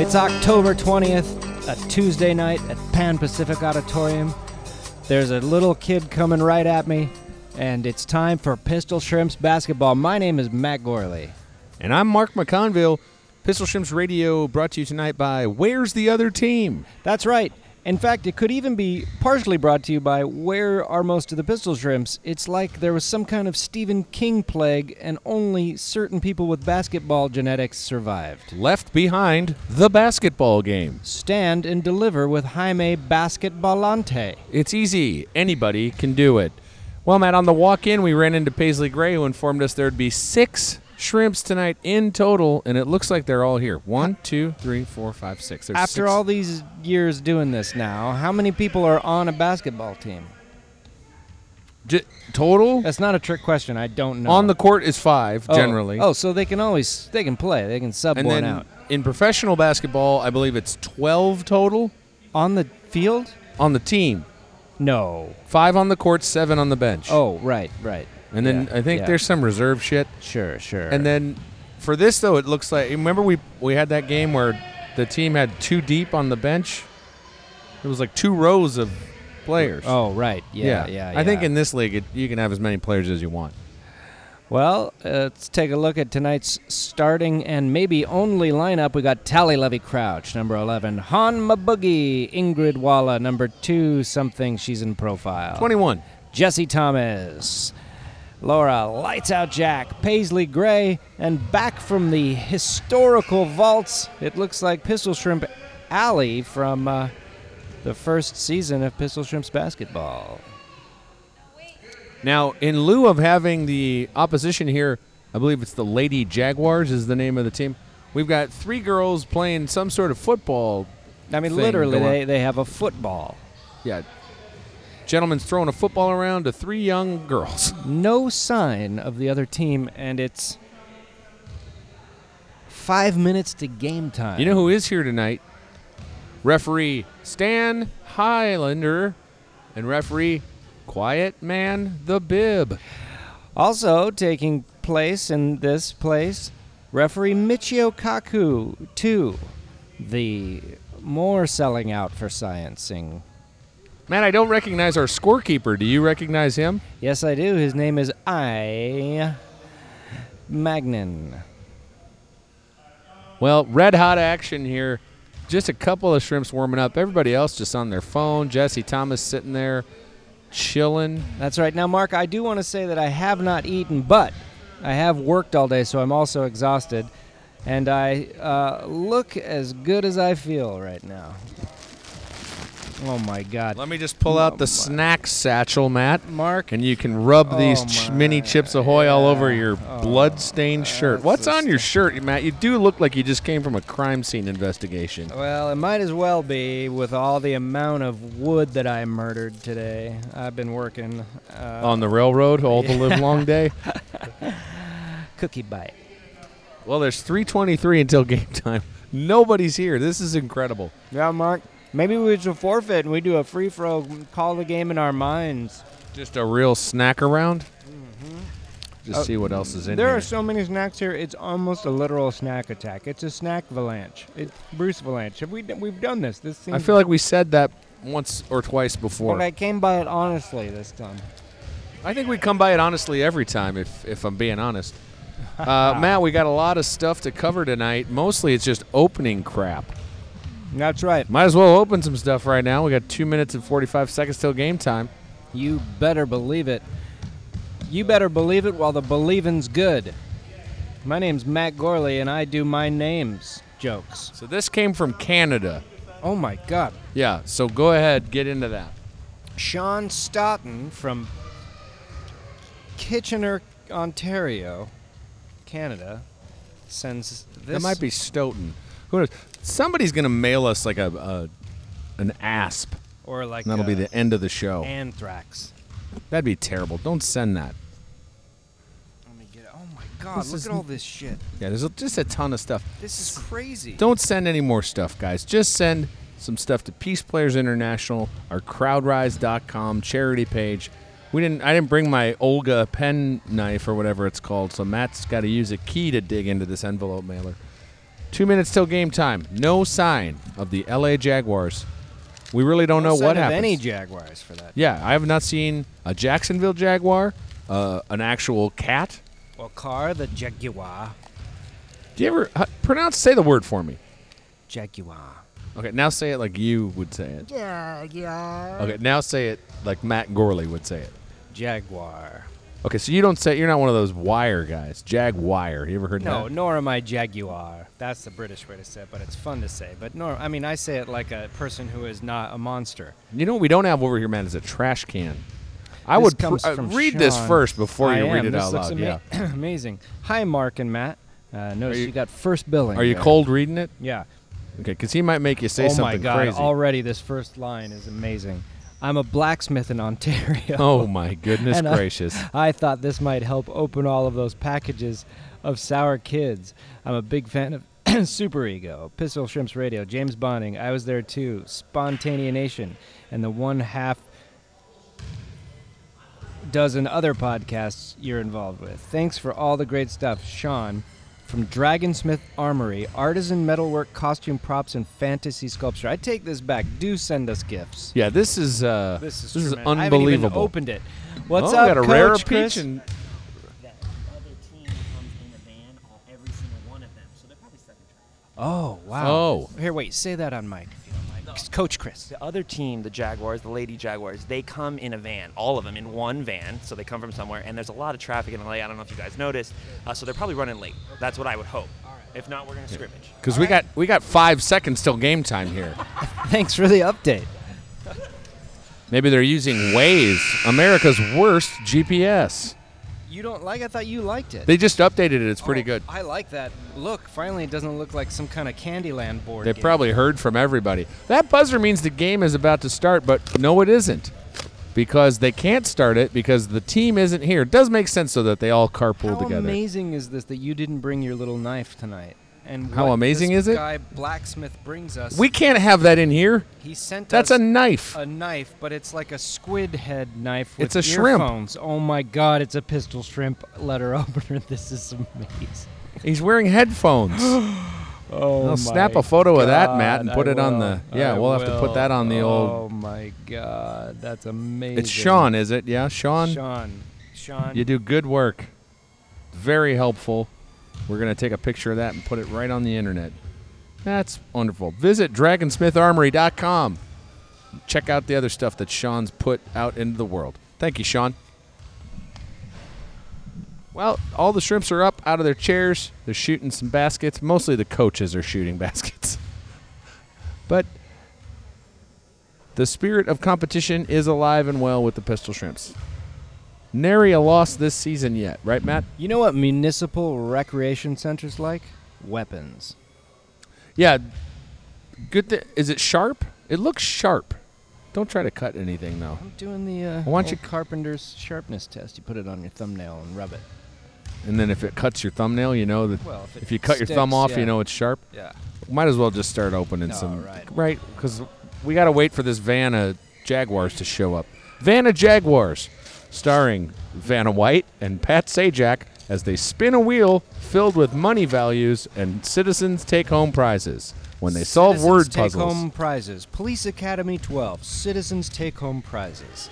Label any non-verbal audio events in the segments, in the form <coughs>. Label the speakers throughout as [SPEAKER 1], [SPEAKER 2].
[SPEAKER 1] It's October 20th, a Tuesday night at Pan Pacific Auditorium. There's a little kid coming right at me, and it's time for Pistol Shrimps basketball. My name is Matt Gorley.
[SPEAKER 2] And I'm Mark McConville. Pistol Shrimps Radio brought to you tonight by Where's the Other Team?
[SPEAKER 1] That's right. In fact, it could even be partially brought to you by Where Are Most of the Pistol Shrimps? It's like there was some kind of Stephen King plague, and only certain people with basketball genetics survived.
[SPEAKER 2] Left behind the basketball game.
[SPEAKER 1] Stand and deliver with Jaime Basketballante.
[SPEAKER 2] It's easy. Anybody can do it. Well, Matt, on the walk in, we ran into Paisley Gray, who informed us there'd be six shrimps tonight in total, and it looks like they're all here. One, two, three, four, five, six. There's
[SPEAKER 1] After
[SPEAKER 2] six.
[SPEAKER 1] all these years doing this now, how many people are on a basketball team?
[SPEAKER 2] J- total
[SPEAKER 1] That's not a trick question. I don't know.
[SPEAKER 2] on the court is five
[SPEAKER 1] Oh.
[SPEAKER 2] generally.
[SPEAKER 1] Oh, so they can always they can play. They can sub
[SPEAKER 2] and
[SPEAKER 1] one
[SPEAKER 2] then
[SPEAKER 1] out
[SPEAKER 2] in professional basketball, I believe it's 12 total
[SPEAKER 1] on the field.
[SPEAKER 2] on the team.
[SPEAKER 1] No.
[SPEAKER 2] Five on the court, seven on the bench.
[SPEAKER 1] Oh, right, right.
[SPEAKER 2] And then
[SPEAKER 1] Yeah,
[SPEAKER 2] I think
[SPEAKER 1] yeah.
[SPEAKER 2] there's some reserve shit.
[SPEAKER 1] sure, sure.
[SPEAKER 2] And then for this though, it looks like remember we we had that game where the team had two deep on the bench. It was like two rows of players.
[SPEAKER 1] oh, right. Yeah, yeah.
[SPEAKER 2] I think
[SPEAKER 1] yeah.
[SPEAKER 2] in this league it, you can have as many players as you want.
[SPEAKER 1] Well, uh, let's take a look at tonight's starting and maybe only lineup. We got Tally Levy Crouch, number 11. Han Maboogie. Ingrid Walla, number 2. Something she's in profile.
[SPEAKER 2] Twenty-one.
[SPEAKER 1] Jesse Thomas, Laura Lights Out Jack, Paisley Gray, and back from the historical vaults, it looks like Pistol Shrimp Alley from uh, the first season of Pistol Shrimps basketball.
[SPEAKER 2] Now, in lieu of having the opposition here, I believe it's the Lady Jaguars is the name of the team. We've got three girls playing some sort of football.
[SPEAKER 1] I mean,
[SPEAKER 2] Thing
[SPEAKER 1] literally,
[SPEAKER 2] going on.
[SPEAKER 1] they, they have a football.
[SPEAKER 2] Yeah. Gentlemen's throwing a football around to three young girls.
[SPEAKER 1] No sign of the other team, and it's five minutes to game time.
[SPEAKER 2] You know who is here tonight? Referee Stan Highlander and referee Quiet Man the Bib.
[SPEAKER 1] Also taking place in this place, referee Michio Kaku, too. The more selling out for sciencing.
[SPEAKER 2] Man, I don't recognize our scorekeeper. Do you recognize him?
[SPEAKER 1] Yes, I do. His name is I. Magnan.
[SPEAKER 2] Well, red hot action here. Just a couple of shrimps warming up. Everybody else just on their phone. Jesse Thomas sitting there chilling.
[SPEAKER 1] That's right. Now, Mark, I do want to say that I have not eaten, but I have worked all day, so I'm also exhausted. And I uh, look as good as I feel right now. Oh, my God.
[SPEAKER 2] Let me just pull out the snack satchel, Matt.
[SPEAKER 1] Oh Mark,
[SPEAKER 2] And you can rub these
[SPEAKER 1] Oh
[SPEAKER 2] ch-
[SPEAKER 1] my,
[SPEAKER 2] mini chips ahoy all over your
[SPEAKER 1] Oh,
[SPEAKER 2] blood-stained shirt.
[SPEAKER 1] that's
[SPEAKER 2] What's
[SPEAKER 1] the
[SPEAKER 2] on your shirt, Matt? You do look like you just came from a crime scene investigation.
[SPEAKER 1] Well, it might as well be with all the amount of wood that I murdered today. I've been working uh,
[SPEAKER 2] on the railroad all the
[SPEAKER 1] <laughs>
[SPEAKER 2] live long day. Oh.
[SPEAKER 1] cookie bite.
[SPEAKER 2] Well, there's 3:23 until game time. Nobody's here. This is incredible.
[SPEAKER 1] Yeah, Mark. Maybe we should forfeit and we do a free throw, call the game in our minds.
[SPEAKER 2] Just a real snack around. Just see what else is
[SPEAKER 1] Mm-hmm.
[SPEAKER 2] in
[SPEAKER 1] Uh, There
[SPEAKER 2] here.
[SPEAKER 1] are so many snacks here. It's almost a literal snack attack. It's a snack avalanche. It's Bruce Valanche. Have we? d- We've done this. This seems.
[SPEAKER 2] I feel like we said that once or twice before.
[SPEAKER 1] But I came by it honestly this time.
[SPEAKER 2] I think we come by it honestly every time, if if I'm being honest. Uh, Matt, we got a lot of stuff to cover tonight. Mostly, it's just opening crap.
[SPEAKER 1] That's right.
[SPEAKER 2] Might as well open some stuff right now. We got two minutes and 45 seconds till game time.
[SPEAKER 1] You better believe it. You better believe it while the believin's good. My name's Matt Gorley, and I do my name's jokes.
[SPEAKER 2] So this came from Canada.
[SPEAKER 1] Oh my God.
[SPEAKER 2] Yeah. So go ahead, get into that.
[SPEAKER 1] Sean Stoughton from Kitchener, Ontario, Canada, sends this.
[SPEAKER 2] That might be Stoughton. Who knows? Somebody's gonna mail us like a, a an asp.
[SPEAKER 1] Or like
[SPEAKER 2] And that'll be
[SPEAKER 1] uh,
[SPEAKER 2] the end of the show.
[SPEAKER 1] anthrax.
[SPEAKER 2] That'd be terrible. Don't send that.
[SPEAKER 1] Let me get it. Oh my God,
[SPEAKER 2] This
[SPEAKER 1] look
[SPEAKER 2] is-
[SPEAKER 1] at all this shit.
[SPEAKER 2] Yeah, there's a- just a ton of stuff.
[SPEAKER 1] This is crazy.
[SPEAKER 2] Don't send any more stuff, guys. Just send some stuff to Peace Players International, our crowdrise.com charity page. We didn't I didn't bring my Olga pen knife or whatever it's called, so Matt's got to use a key to dig into this envelope mailer. Two minutes till game time. No sign of the LA Jaguars. We really don't know
[SPEAKER 1] sign
[SPEAKER 2] what
[SPEAKER 1] of
[SPEAKER 2] happens.
[SPEAKER 1] Any Jaguars for that?
[SPEAKER 2] yeah, I have not seen a Jacksonville Jaguar, uh, an actual cat.
[SPEAKER 1] Well, car the Jaguar,
[SPEAKER 2] Do you ever uh, pronounce? Say the word for me.
[SPEAKER 1] Jaguar.
[SPEAKER 2] Okay, now say it like you would say it.
[SPEAKER 1] Yeah, yeah.
[SPEAKER 2] Okay, now say it like Matt Gorley would say it.
[SPEAKER 1] Jaguar.
[SPEAKER 2] Okay, so you don't say you're not one of those wire guys. Jag wire. You ever heard
[SPEAKER 1] No,
[SPEAKER 2] that?
[SPEAKER 1] nor am I Jaguar. That's the British way to say it, but it's fun to say. But nor, I mean, I say it like a person who is not a monster.
[SPEAKER 2] You know what we don't have over here, man, is a trash can. I
[SPEAKER 1] This
[SPEAKER 2] would pr-
[SPEAKER 1] comes
[SPEAKER 2] uh,
[SPEAKER 1] from
[SPEAKER 2] read this
[SPEAKER 1] Sean.
[SPEAKER 2] first before
[SPEAKER 1] I
[SPEAKER 2] you read
[SPEAKER 1] am.
[SPEAKER 2] it
[SPEAKER 1] this
[SPEAKER 2] out
[SPEAKER 1] looks
[SPEAKER 2] loud.
[SPEAKER 1] ama- <clears throat>
[SPEAKER 2] yeah.
[SPEAKER 1] amazing. Hi, Mark and Matt. Uh, notice
[SPEAKER 2] you-
[SPEAKER 1] you, got first billing.
[SPEAKER 2] Are you
[SPEAKER 1] there.
[SPEAKER 2] cold reading it?
[SPEAKER 1] Yeah.
[SPEAKER 2] Okay, because he might make you say
[SPEAKER 1] oh
[SPEAKER 2] something
[SPEAKER 1] my God!
[SPEAKER 2] crazy.
[SPEAKER 1] Already, this first line is amazing. I'm a blacksmith in Ontario.
[SPEAKER 2] <laughs> oh my goodness
[SPEAKER 1] And uh, I-
[SPEAKER 2] gracious!
[SPEAKER 1] <laughs> I thought this might help open all of those packages of sour kids. I'm a big fan of <coughs> Super Ego, Pistol Shrimps Radio, James Bonding, I Was There Too, Spontanea Nation, and the one half dozen other podcasts you're involved with. Thanks for all the great stuff, Sean. From Dragonsmith Armory, artisan metalwork, costume props, and fantasy sculpture. I take this back. Do send us gifts.
[SPEAKER 2] yeah, this is uh,
[SPEAKER 1] <laughs> This is, tremendous. I haven't even
[SPEAKER 2] unbelievable.
[SPEAKER 1] opened it. What's
[SPEAKER 2] oh,
[SPEAKER 1] up,
[SPEAKER 2] we got a
[SPEAKER 1] Coach
[SPEAKER 2] rare
[SPEAKER 1] Chris?
[SPEAKER 2] peach and
[SPEAKER 3] that other team comes in a van on every single one of them. So they're probably stuck in traffic.
[SPEAKER 1] Oh wow!
[SPEAKER 2] Oh.
[SPEAKER 1] here, wait. Say that on mic, if you don't mind. Coach Chris.
[SPEAKER 3] The other team, the Jaguars, the Lady Jaguars, they come in a van, all of them in one van. So they come from somewhere, and there's a lot of traffic in LA. I don't know if you guys noticed. Uh, so they're probably running late. That's what I would hope. If not, we're going to scrimmage.
[SPEAKER 2] because we got we got five seconds till game time here.
[SPEAKER 1] Thanks for the update.
[SPEAKER 2] Maybe they're using Waze, America's worst GPS.
[SPEAKER 1] You don't like? I thought you liked it.
[SPEAKER 2] They just updated it. It's pretty
[SPEAKER 1] Oh,
[SPEAKER 2] good.
[SPEAKER 1] I like that. Look, finally, it doesn't look like some kind of Candyland board.
[SPEAKER 2] They
[SPEAKER 1] game.
[SPEAKER 2] probably heard from everybody. That buzzer means the game is about to start, but no, it isn't. Because they can't start it because the team isn't here. It does make sense, though, that they all carpool
[SPEAKER 1] How
[SPEAKER 2] together.
[SPEAKER 1] amazing is this that you didn't bring your little knife tonight? And
[SPEAKER 2] How
[SPEAKER 1] what
[SPEAKER 2] amazing
[SPEAKER 1] this
[SPEAKER 2] is it?
[SPEAKER 1] Guy blacksmith brings us.
[SPEAKER 2] We can't have that in here.
[SPEAKER 1] he sent
[SPEAKER 2] That's a
[SPEAKER 1] us
[SPEAKER 2] knife.
[SPEAKER 1] a knife, but it's like a squid head knife with
[SPEAKER 2] It's a shrimp.
[SPEAKER 1] earphones. Oh my God! It's a pistol shrimp letter <laughs> opener. This is amazing.
[SPEAKER 2] He's wearing headphones.
[SPEAKER 1] <gasps> Oh,
[SPEAKER 2] I'll
[SPEAKER 1] my
[SPEAKER 2] snap a photo of that, Matt, and
[SPEAKER 1] God,
[SPEAKER 2] put
[SPEAKER 1] I
[SPEAKER 2] it on
[SPEAKER 1] will.
[SPEAKER 2] the- yeah,
[SPEAKER 1] I
[SPEAKER 2] we'll have to put
[SPEAKER 1] will.
[SPEAKER 2] that on the old-
[SPEAKER 1] Oh my God, that's amazing.
[SPEAKER 2] it's Sean, is it? Yeah, Sean.
[SPEAKER 1] Sean, Sean.
[SPEAKER 2] You do good work. Very helpful. We're going to take a picture of that and put it right on the internet. That's wonderful. Visit dragonsmitharmory.com. Check out the other stuff that Sean's put out into the world. Thank you, Sean. Well, all the shrimps are up out of their chairs. They're shooting some baskets. Mostly the coaches are shooting <laughs> baskets. but the spirit of competition is alive and well with the pistol shrimps. Nary a loss this season yet, right, Matt?
[SPEAKER 1] You know what municipal recreation centers like? Weapons.
[SPEAKER 2] Yeah. Good. Th- is it sharp? It looks sharp. Don't try to cut anything though.
[SPEAKER 1] I'm doing the uh,
[SPEAKER 2] Why don't you-
[SPEAKER 1] old carpenter's sharpness test. You put it on your thumbnail and rub it.
[SPEAKER 2] And then if it cuts your thumbnail, you know that.
[SPEAKER 1] Well, if it
[SPEAKER 2] you cut your thumb
[SPEAKER 1] sticks,
[SPEAKER 2] off,
[SPEAKER 1] yeah.
[SPEAKER 2] you know it's sharp.
[SPEAKER 1] Yeah.
[SPEAKER 2] Might as well just start opening some.
[SPEAKER 1] right.
[SPEAKER 2] Right, because we gotta wait for this Vanna Jaguars to show up. Vanna Jaguars, starring Vanna White and Pat Sajak as they spin a wheel filled with money values and citizens take home prizes when they solve
[SPEAKER 1] Citizens
[SPEAKER 2] word
[SPEAKER 1] take
[SPEAKER 2] puzzles.
[SPEAKER 1] home prizes. Police Academy 12. Citizens take home prizes.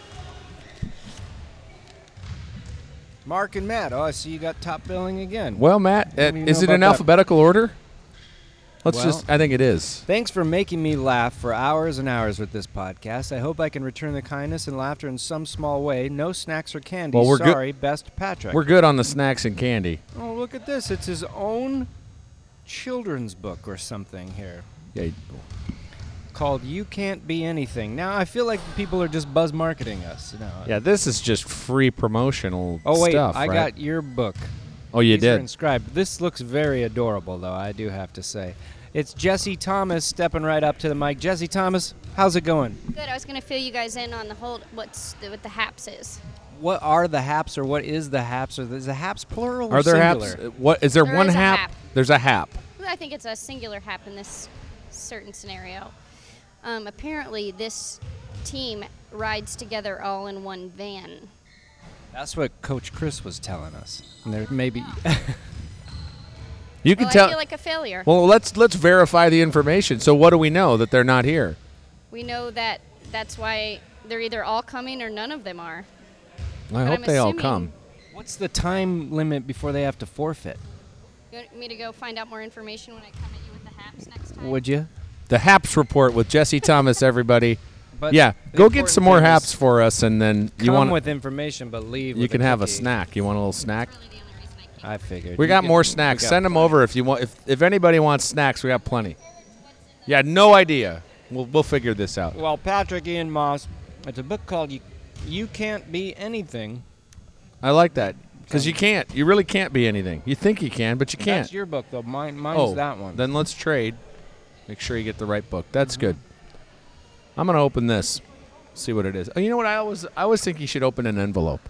[SPEAKER 1] Mark and Matt. Oh, I see you got top billing again.
[SPEAKER 2] Well, Matt, uh,
[SPEAKER 1] do you
[SPEAKER 2] is
[SPEAKER 1] know
[SPEAKER 2] it in
[SPEAKER 1] about that?
[SPEAKER 2] alphabetical order? Let's
[SPEAKER 1] Well-
[SPEAKER 2] just, I think it is.
[SPEAKER 1] Thanks for making me laugh for hours and hours with this podcast. I hope I can return the kindness and laughter in some small way. No snacks or candy.
[SPEAKER 2] Well, we're good-
[SPEAKER 1] Sorry, best Patrick.
[SPEAKER 2] We're good on the snacks and candy.
[SPEAKER 1] oh, look at this. It's his own children's book or something here
[SPEAKER 2] Yeah,
[SPEAKER 1] called You Can't Be Anything. Now, I feel like people are just buzz marketing us. No,
[SPEAKER 2] yeah this is just free promotional
[SPEAKER 1] Oh, wait.
[SPEAKER 2] stuff.
[SPEAKER 1] I
[SPEAKER 2] right?
[SPEAKER 1] got your book.
[SPEAKER 2] Oh, you
[SPEAKER 1] These are
[SPEAKER 2] did.
[SPEAKER 1] inscribed. This looks very adorable, though, I do have to say. It's Jesse Thomas stepping right up to the mic. Jesse Thomas, how's it going?
[SPEAKER 4] Good. I was gonna fill you guys in on the whole what's the, what the haps is.
[SPEAKER 1] What are the haps, or what is the haps, or is the haps plural? Or
[SPEAKER 2] Are there
[SPEAKER 1] singular?
[SPEAKER 2] haps? What is there,
[SPEAKER 4] There
[SPEAKER 2] one
[SPEAKER 4] is a
[SPEAKER 2] hap?
[SPEAKER 4] hap.
[SPEAKER 2] There's a hap.
[SPEAKER 4] I think it's a singular hap in this certain scenario. Um, apparently, this team rides together all in one van.
[SPEAKER 1] That's what Coach Chris was telling us. And there maybe
[SPEAKER 2] You can
[SPEAKER 4] well,
[SPEAKER 2] tell.
[SPEAKER 4] I feel like a failure.
[SPEAKER 2] well, let's let's verify the information. So what do we know that they're not here?
[SPEAKER 4] we know that that's why they're either all coming or none of them are.
[SPEAKER 2] I
[SPEAKER 4] But
[SPEAKER 2] hope
[SPEAKER 4] I'm
[SPEAKER 2] they all
[SPEAKER 4] assuming-
[SPEAKER 2] come.
[SPEAKER 1] <laughs> What's the time limit before they have to forfeit?
[SPEAKER 4] You want me to go find out more information when I come at you with the haps next time?
[SPEAKER 1] Would you?
[SPEAKER 2] The Haps report with Jesse Thomas, everybody.
[SPEAKER 1] But
[SPEAKER 2] yeah,
[SPEAKER 1] the
[SPEAKER 2] go get some more
[SPEAKER 1] important
[SPEAKER 2] Haps
[SPEAKER 1] thing is
[SPEAKER 2] for us, and then
[SPEAKER 1] Come
[SPEAKER 2] you want
[SPEAKER 1] with information, but leave.
[SPEAKER 2] you
[SPEAKER 1] with
[SPEAKER 2] can have a
[SPEAKER 1] cookie.
[SPEAKER 2] snack. You want a little snack?
[SPEAKER 4] Really the only reason I came.
[SPEAKER 1] I figured.
[SPEAKER 2] We
[SPEAKER 1] You
[SPEAKER 2] got
[SPEAKER 1] can-
[SPEAKER 2] more
[SPEAKER 1] we
[SPEAKER 2] snacks.
[SPEAKER 1] got
[SPEAKER 2] Send them over if you want. If if anybody wants snacks, we got plenty. Yeah, no idea. We'll we'll figure this out.
[SPEAKER 1] Well, Patrick Ian Moss, it's a book called "You, you Can't Be Anything."
[SPEAKER 2] I like that because you can't. You really can't be anything. You think you can, but you can't.
[SPEAKER 1] That's your book, though. Mine, mine's
[SPEAKER 2] oh,
[SPEAKER 1] that one.
[SPEAKER 2] Then let's trade. Make sure you get the right book. That's good. I'm gonna open this. See what it is. Oh, you know what? I always I always think you should open an envelope.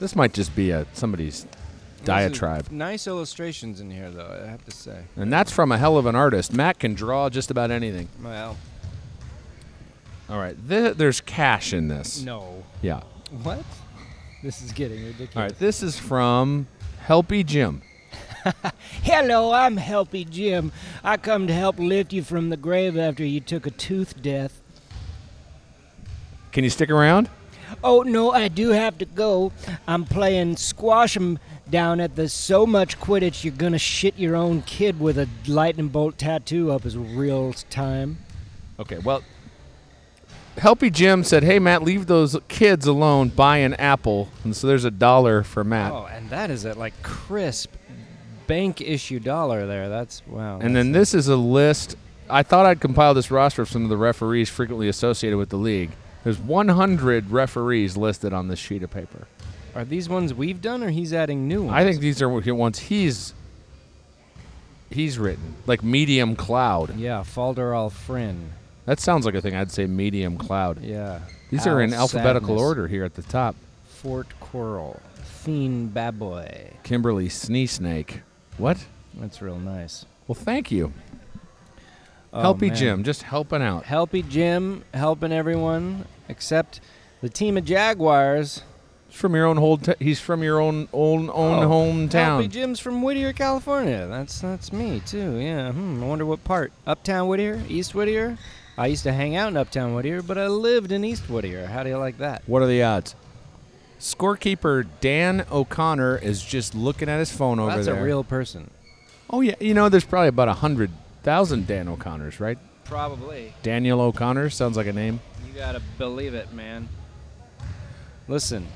[SPEAKER 2] This might just be a somebody's
[SPEAKER 1] This is
[SPEAKER 2] diatribe.
[SPEAKER 1] Nice illustrations in here, though. I have to say.
[SPEAKER 2] And that's from a hell of an artist. Matt can draw just about anything.
[SPEAKER 1] Well,
[SPEAKER 2] All right. Th- there's cash in this.
[SPEAKER 1] no.
[SPEAKER 2] Yeah.
[SPEAKER 1] What? <laughs> This is getting
[SPEAKER 2] All
[SPEAKER 1] ridiculous.
[SPEAKER 2] right. This is from Helpy Jim.
[SPEAKER 1] Hello, I'm Helpy Jim. I come to help lift you from the grave after you took a tooth death.
[SPEAKER 2] Can you stick around?
[SPEAKER 1] Oh no, I do have to go. I'm playing squash 'em down at the so much Quidditch you're gonna shit your own kid with a lightning bolt tattoo up his real time.
[SPEAKER 2] Okay. Well, Helpy Jim said, "Hey Matt, leave those kids alone. Buy an apple." And so there's a dollar for Matt.
[SPEAKER 1] Oh, and that is a like crisp bank issue dollar there. That's wow.
[SPEAKER 2] And then this is a list. I thought I'd compile this roster of some of the referees frequently associated with the league. There's 100 referees listed on this sheet of paper.
[SPEAKER 1] are these ones we've done, or he's adding new ones?
[SPEAKER 2] I think these are ones he's he's written, like medium cloud.
[SPEAKER 1] Yeah, Falderall Frin.
[SPEAKER 2] That sounds like a thing I'd say medium cloud.
[SPEAKER 1] Yeah.
[SPEAKER 2] These are
[SPEAKER 1] Al
[SPEAKER 2] in alphabetical
[SPEAKER 1] Sadness,
[SPEAKER 2] order here at the top.
[SPEAKER 1] Fort Quirrell, Fiend Baboy.
[SPEAKER 2] Kimberly Snee Snake. What?
[SPEAKER 1] That's real nice.
[SPEAKER 2] Well, thank you.
[SPEAKER 1] Oh,
[SPEAKER 2] Helpy
[SPEAKER 1] man.
[SPEAKER 2] Jim, just helping out.
[SPEAKER 1] Helpy Jim helping everyone except the team of Jaguars.
[SPEAKER 2] He's from your own whole. T- he's from your own own own
[SPEAKER 1] Oh, Helpy
[SPEAKER 2] hometown.
[SPEAKER 1] Jim's from Whittier, California. That's that's me too. Yeah. Hmm, I wonder what part. Uptown Whittier, East Whittier. I used to hang out in Uptown Whittier, but I lived in East Whittier. How do you like that?
[SPEAKER 2] What are the odds? Scorekeeper Dan O'Connor is just looking at his phone over
[SPEAKER 1] that's
[SPEAKER 2] there.
[SPEAKER 1] a real person.
[SPEAKER 2] Oh yeah, you know there's probably about a hundred thousand Dan O'Connors, right?
[SPEAKER 1] Probably.
[SPEAKER 2] Daniel O'Connor sounds like a name.
[SPEAKER 1] You gotta believe it, man. Listen,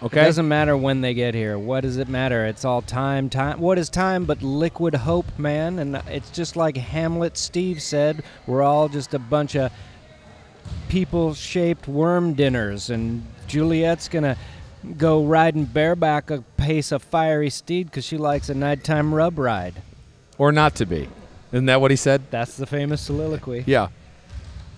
[SPEAKER 1] It
[SPEAKER 2] Okay.
[SPEAKER 1] doesn't matter when they get here. What does it matter? It's all time, time. What is time but liquid hope, man? And it's just like Hamlet Steve said, we're all just a bunch of people-shaped worm dinners and Juliet's going to go riding bareback a pace a fiery steed cuz she likes a nighttime rub ride.
[SPEAKER 2] or not to be. Isn't that what he said?
[SPEAKER 1] That's the famous soliloquy.
[SPEAKER 2] Yeah.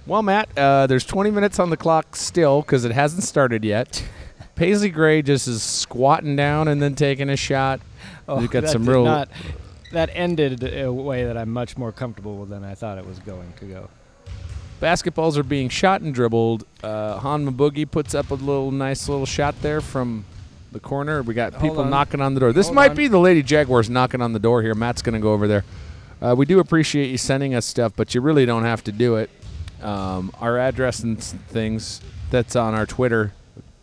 [SPEAKER 2] Well, Matt, uh, there's 20 minutes on the clock still because it hasn't started yet.
[SPEAKER 1] <laughs>
[SPEAKER 2] Paisley Gray just is squatting down and then taking a shot. You've got
[SPEAKER 1] Oh, that
[SPEAKER 2] some
[SPEAKER 1] did
[SPEAKER 2] real.
[SPEAKER 1] not- that ended in a way that I'm much more comfortable than I thought it was going to go.
[SPEAKER 2] Basketballs are being shot and dribbled. Uh, Han Boogie puts up a little nice little shot there from the corner. We got people
[SPEAKER 1] on.
[SPEAKER 2] knocking on the door. This
[SPEAKER 1] Hold
[SPEAKER 2] might
[SPEAKER 1] on.
[SPEAKER 2] be the Lady Jaguars knocking on the door here. Matt's going to go over there. Uh, we do appreciate you sending us stuff, but you really don't have to do it. Um, our address and s- things, that's on our Twitter,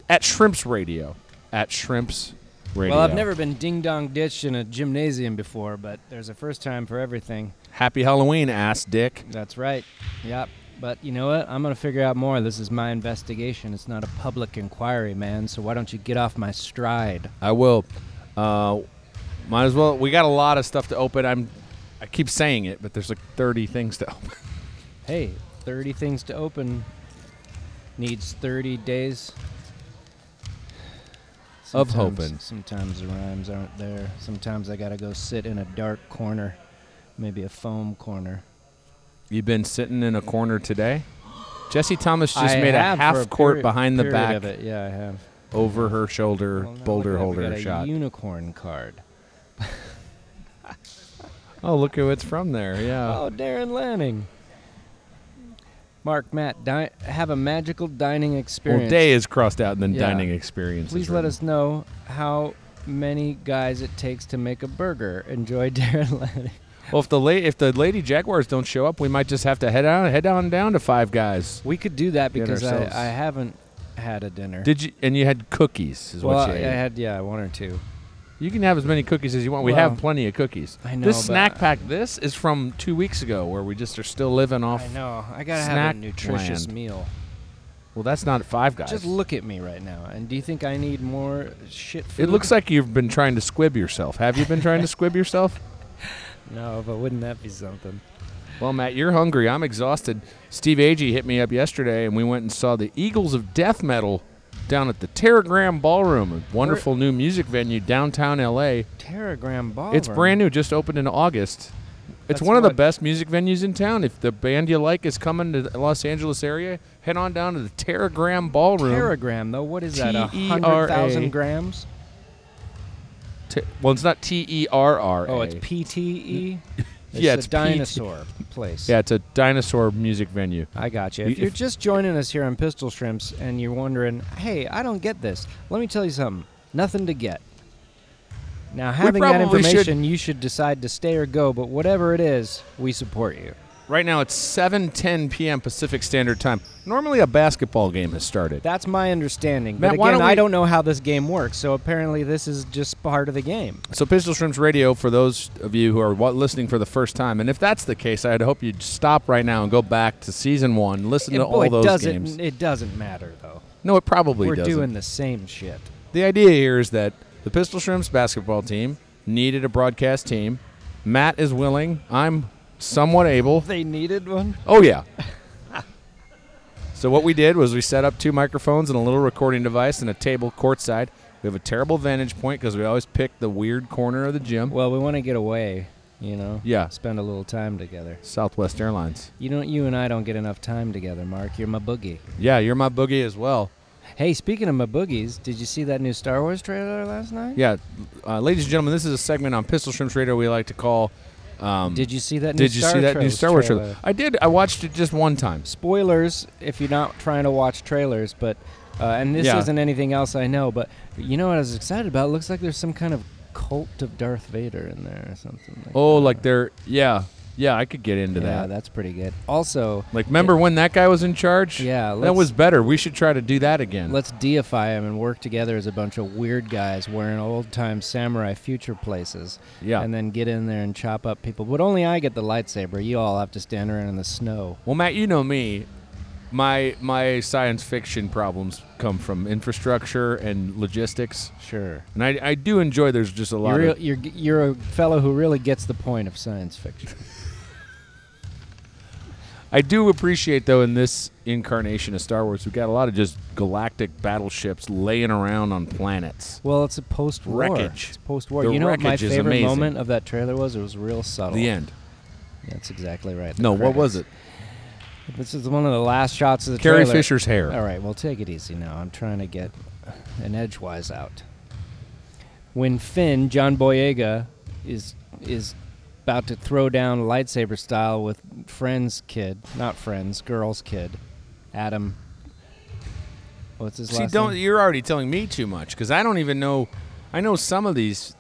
[SPEAKER 2] at Shrimps Radio. At Shrimps Radio.
[SPEAKER 1] Well, I've never been ding dong ditched in a gymnasium before, but there's a first time for everything.
[SPEAKER 2] Happy Halloween, ass dick.
[SPEAKER 1] That's right. Yep. But you know what? I'm going to figure out more. This is my investigation. It's not a public inquiry, man. So why don't you get off my stride?
[SPEAKER 2] I will. Uh, might as well. We got a lot of stuff to open. I'm. I keep saying it, but there's like 30 things to <laughs> open.
[SPEAKER 1] Hey, 30 things to open needs 30 days
[SPEAKER 2] Of
[SPEAKER 1] Sometimes-
[SPEAKER 2] hoping.
[SPEAKER 1] Sometimes the rhymes aren't there. Sometimes I got to go sit in a dark corner, maybe a foam corner.
[SPEAKER 2] You've been sitting in a corner today. Jesse Thomas just
[SPEAKER 1] I
[SPEAKER 2] made a
[SPEAKER 1] have for
[SPEAKER 2] half court
[SPEAKER 1] peri-
[SPEAKER 2] behind the
[SPEAKER 1] period
[SPEAKER 2] back
[SPEAKER 1] Of it. Yeah, I have.
[SPEAKER 2] over her shoulder
[SPEAKER 1] Well, now
[SPEAKER 2] boulder
[SPEAKER 1] look at that, we
[SPEAKER 2] holder
[SPEAKER 1] got a
[SPEAKER 2] shot.
[SPEAKER 1] Unicorn card.
[SPEAKER 2] oh, look who it's from there. Yeah.
[SPEAKER 1] Oh, Darren Lanning. Mark, Matt, di- have a magical dining
[SPEAKER 2] well,
[SPEAKER 1] experience.
[SPEAKER 2] day is crossed out and then
[SPEAKER 1] Yeah.
[SPEAKER 2] dining experience. is
[SPEAKER 1] Please let
[SPEAKER 2] written.
[SPEAKER 1] us know how many guys it takes to make a burger. Enjoy <laughs> Darren Laddie.
[SPEAKER 2] Well, if the la- if the lady jaguars don't show up, we might just have to head on head on down to Five Guys.
[SPEAKER 1] We could do that
[SPEAKER 2] Get
[SPEAKER 1] because I,
[SPEAKER 2] ourselves-
[SPEAKER 1] I haven't had a dinner.
[SPEAKER 2] Did you? And you had cookies, is
[SPEAKER 1] well,
[SPEAKER 2] what
[SPEAKER 1] I,
[SPEAKER 2] you
[SPEAKER 1] I
[SPEAKER 2] ate.
[SPEAKER 1] had yeah one or two.
[SPEAKER 2] You can have as many cookies as you want. We
[SPEAKER 1] Well,
[SPEAKER 2] have plenty of cookies.
[SPEAKER 1] I know,
[SPEAKER 2] This
[SPEAKER 1] but-
[SPEAKER 2] snack pack. This is from two weeks ago, where we just are still living off.
[SPEAKER 1] I know. I gotta have
[SPEAKER 2] snack
[SPEAKER 1] a nutritious
[SPEAKER 2] land.
[SPEAKER 1] meal.
[SPEAKER 2] Well, that's not Five Guys.
[SPEAKER 1] Just look at me right now. And do you think I need more shit food?
[SPEAKER 2] It looks like you've been trying to squib yourself. Have you been trying to squib yourself?
[SPEAKER 1] <laughs> no, but wouldn't that be something?
[SPEAKER 2] Well, Matt, you're hungry. I'm exhausted. Steve Agee hit me up yesterday, and we went and saw the Eagles of Death Metal down at the Terragram Ballroom, a wonderful new music venue downtown LA.
[SPEAKER 1] Teragram ball.
[SPEAKER 2] It's brand new, just opened in August. It's
[SPEAKER 1] That's
[SPEAKER 2] one of the
[SPEAKER 1] what-
[SPEAKER 2] best music venues in town. If the band you like is coming to the Los Angeles area, head on down to the Terragram Ballroom.
[SPEAKER 1] Teragram though. What is that? A hundred
[SPEAKER 2] T-E-R-A.
[SPEAKER 1] thousand grams?
[SPEAKER 2] Te- well, it's not T E R R A.
[SPEAKER 1] Oh, it's PTE.
[SPEAKER 2] E? <laughs> Yeah, it's
[SPEAKER 1] a
[SPEAKER 2] PT.
[SPEAKER 1] dinosaur place.
[SPEAKER 2] yeah, it's a dinosaur music venue.
[SPEAKER 1] I got you.
[SPEAKER 2] You-
[SPEAKER 1] If you're
[SPEAKER 2] if-
[SPEAKER 1] just joining us here on Pistol Shrimps and you're wondering, hey, I don't get this, let me tell you something. Nothing to get. Now, having that
[SPEAKER 2] probably should-
[SPEAKER 1] information, you should decide to stay or go, but whatever it is, we support you.
[SPEAKER 2] Right now it's 7:10 p.m. Pacific Standard Time. Normally a basketball game has started.
[SPEAKER 1] That's my understanding.
[SPEAKER 2] Matt,
[SPEAKER 1] but
[SPEAKER 2] why
[SPEAKER 1] again,
[SPEAKER 2] don't
[SPEAKER 1] I
[SPEAKER 2] we-
[SPEAKER 1] don't know how this game works, so apparently this is just part of the game.
[SPEAKER 2] So Pistol Shrimps Radio, for those of you who are wa- listening for the first time, and if that's the case, I'd hope you'd stop right now and go back to season one, listen to
[SPEAKER 1] And boy,
[SPEAKER 2] all those
[SPEAKER 1] it doesn't,
[SPEAKER 2] games.
[SPEAKER 1] It doesn't matter, though.
[SPEAKER 2] no, it probably
[SPEAKER 1] We're
[SPEAKER 2] doesn't.
[SPEAKER 1] doing the same shit.
[SPEAKER 2] the idea here is that the Pistol Shrimps basketball team needed a broadcast team. Matt is willing. I'm somewhat able.
[SPEAKER 1] They needed one?
[SPEAKER 2] Oh yeah. so what we did was we set up two microphones and a little recording device and a table courtside. We have a terrible vantage point because we always pick the weird corner of the gym.
[SPEAKER 1] Well, we want to get away, you know?
[SPEAKER 2] Yeah.
[SPEAKER 1] Spend a little time together.
[SPEAKER 2] Southwest Airlines.
[SPEAKER 1] You don't. You and I don't get enough time together, Mark. You're my boogie.
[SPEAKER 2] Yeah, you're my boogie as well.
[SPEAKER 1] Hey, speaking of my boogies, did you see that new Star Wars trailer last night?
[SPEAKER 2] Yeah, uh, ladies and gentlemen, this is a segment on Pistol Shrimps Radio we like to call. Um,
[SPEAKER 1] Did you see that? new
[SPEAKER 2] Did you
[SPEAKER 1] Star
[SPEAKER 2] see that new
[SPEAKER 1] Trek
[SPEAKER 2] Star Wars trailer? I did. I watched it just one time.
[SPEAKER 1] Spoilers if you're not trying to watch trailers, but uh, and this
[SPEAKER 2] Yeah.
[SPEAKER 1] isn't anything else I know, but you know what I was excited about? Looks like there's some kind of cult of Darth Vader in there or something. Like
[SPEAKER 2] Oh,
[SPEAKER 1] that.
[SPEAKER 2] like they're yeah, yeah. I could get into
[SPEAKER 1] yeah,
[SPEAKER 2] that.
[SPEAKER 1] that's pretty good. Also,
[SPEAKER 2] Like, remember when that guy was in charge?
[SPEAKER 1] Yeah,
[SPEAKER 2] that
[SPEAKER 1] let's-
[SPEAKER 2] was better. We should try to do that again.
[SPEAKER 1] let's deify him and work together as a bunch of weird guys wearing old time samurai future places.
[SPEAKER 2] Yeah.
[SPEAKER 1] And then get in there and chop up people. But only I get the lightsaber. You all have to stand around in the snow.
[SPEAKER 2] Well, Matt, you know me. My my science fiction problems come from infrastructure and logistics,
[SPEAKER 1] Sure.
[SPEAKER 2] and I, I do enjoy. There's just a lot
[SPEAKER 1] You're, real,
[SPEAKER 2] of
[SPEAKER 1] you're, you're a fellow who really gets the point of science fiction.
[SPEAKER 2] I do appreciate though in this incarnation of Star Wars, we've got a lot of just galactic battleships laying around on planets.
[SPEAKER 1] Well, it's a post-war.
[SPEAKER 2] Wreckage.
[SPEAKER 1] It's post-war.
[SPEAKER 2] The
[SPEAKER 1] you know what my
[SPEAKER 2] wreckage is
[SPEAKER 1] favorite
[SPEAKER 2] amazing.
[SPEAKER 1] moment of that trailer was? It was real subtle.
[SPEAKER 2] The end.
[SPEAKER 1] That's exactly right. Oh, the
[SPEAKER 2] No, what was it?
[SPEAKER 1] credits. This is one of the last shots of the
[SPEAKER 2] Carrie
[SPEAKER 1] trailer.
[SPEAKER 2] Fisher's hair.
[SPEAKER 1] All right, well, take it easy now. I'm trying to get an edgewise out. When Finn, John Boyega, is is about to throw down lightsaber style with friends kid, not friends, girls kid, Adam. What's his
[SPEAKER 2] See,
[SPEAKER 1] last
[SPEAKER 2] don't
[SPEAKER 1] name?
[SPEAKER 2] you're already telling me too much because I don't even know. I know some of these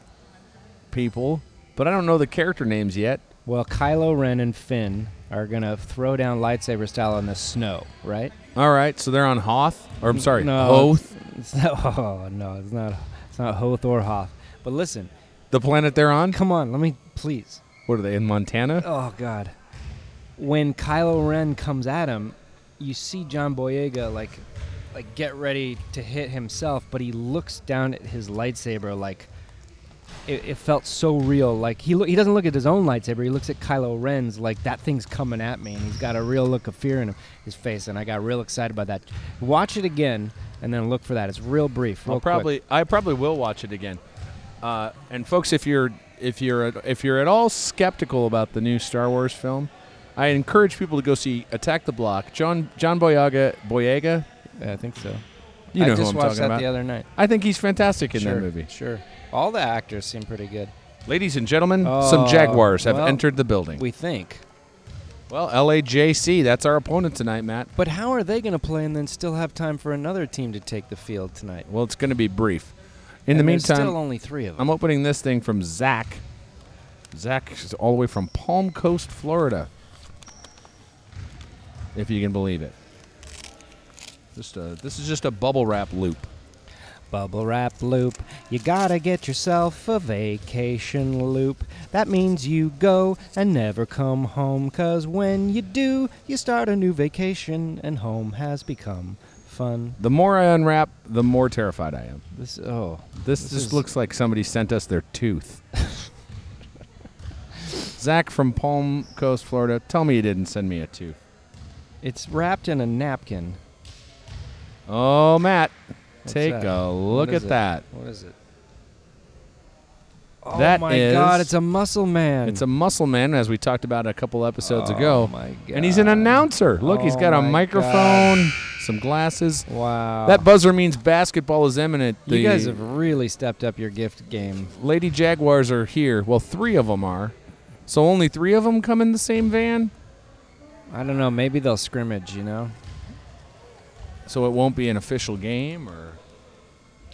[SPEAKER 2] people, but I don't know the character names yet.
[SPEAKER 1] Well, Kylo Ren and Finn are gonna throw down lightsaber style in the snow, right?
[SPEAKER 2] All right, so they're on Hoth, or I'm sorry,
[SPEAKER 1] No.
[SPEAKER 2] Hoth,
[SPEAKER 1] It's not, <laughs> oh no, it's not. It's not Hoth or Hoth. But listen,
[SPEAKER 2] the planet they're on.
[SPEAKER 1] come on, let me please.
[SPEAKER 2] What are they in Montana?
[SPEAKER 1] Oh God! When Kylo Ren comes at him, you see John Boyega like, like get ready to hit himself, but he looks down at his lightsaber like. It, it felt so real. Like he lo- he doesn't look at his own lightsaber. He looks at Kylo Ren's. Like that thing's coming at me, and he's got a real look of fear in him, his face. And I got real excited by that. Watch it again, and then look for that. It's real brief. Real
[SPEAKER 2] I'll
[SPEAKER 1] quick.
[SPEAKER 2] probably I probably will watch it again. Uh, and folks, if you're if you're if you're at all skeptical about the new Star Wars film, I encourage people to go see Attack the Block. John John Boyega Boyega,
[SPEAKER 1] Yeah, I think so.
[SPEAKER 2] you know
[SPEAKER 1] I
[SPEAKER 2] who
[SPEAKER 1] just
[SPEAKER 2] I'm
[SPEAKER 1] watched
[SPEAKER 2] talking
[SPEAKER 1] that
[SPEAKER 2] about.
[SPEAKER 1] the other night.
[SPEAKER 2] I think he's fantastic in
[SPEAKER 1] sure,
[SPEAKER 2] that movie.
[SPEAKER 1] Sure. All the actors seem pretty good.
[SPEAKER 2] Ladies and gentlemen, some
[SPEAKER 1] Oh,
[SPEAKER 2] Jaguars have
[SPEAKER 1] well,
[SPEAKER 2] entered the building.
[SPEAKER 1] We think.
[SPEAKER 2] well, LAJC, that's our opponent tonight, Matt.
[SPEAKER 1] But how are they going to play and then still have time for another team to take the field tonight?
[SPEAKER 2] Well, it's going to be brief. In the
[SPEAKER 1] And there's
[SPEAKER 2] meantime,
[SPEAKER 1] still only three of them.
[SPEAKER 2] I'm opening this thing from Zach. Zach is all the way from Palm Coast, Florida. If you can believe it. Just a, this is just a bubble wrap loop.
[SPEAKER 1] Bubble wrap loop. You gotta get yourself a vacation loop. That means you go and never come home, 'cause when you do, you start a new vacation and home has become fun.
[SPEAKER 2] The more I unwrap, the more terrified I am.
[SPEAKER 1] This oh,
[SPEAKER 2] This, just
[SPEAKER 1] is-
[SPEAKER 2] looks like somebody sent us their
[SPEAKER 1] <laughs>
[SPEAKER 2] tooth. Zach from Palm Coast, Florida. Tell me you didn't send me a tooth.
[SPEAKER 1] it's wrapped in a napkin.
[SPEAKER 2] Oh, Matt,
[SPEAKER 1] What's
[SPEAKER 2] take
[SPEAKER 1] that?
[SPEAKER 2] a
[SPEAKER 1] What
[SPEAKER 2] look
[SPEAKER 1] is
[SPEAKER 2] at
[SPEAKER 1] it?
[SPEAKER 2] that.
[SPEAKER 1] What is it?
[SPEAKER 2] That
[SPEAKER 1] oh my god,
[SPEAKER 2] is-
[SPEAKER 1] it's a muscle man.
[SPEAKER 2] It's a muscle man, as we talked about a couple episodes
[SPEAKER 1] Oh
[SPEAKER 2] ago.
[SPEAKER 1] my
[SPEAKER 2] And he's an
[SPEAKER 1] God.
[SPEAKER 2] announcer. Look, he's
[SPEAKER 1] Oh
[SPEAKER 2] got a
[SPEAKER 1] my
[SPEAKER 2] microphone, some glasses.
[SPEAKER 1] wow.
[SPEAKER 2] That buzzer means basketball is imminent. The
[SPEAKER 1] you guys have really stepped up your gift game.
[SPEAKER 2] Lady Jaguars are here. Well, three of them are. So only three of them come in the same van.
[SPEAKER 1] I don't know, maybe they'll scrimmage, you know.
[SPEAKER 2] So it won't be an official game, or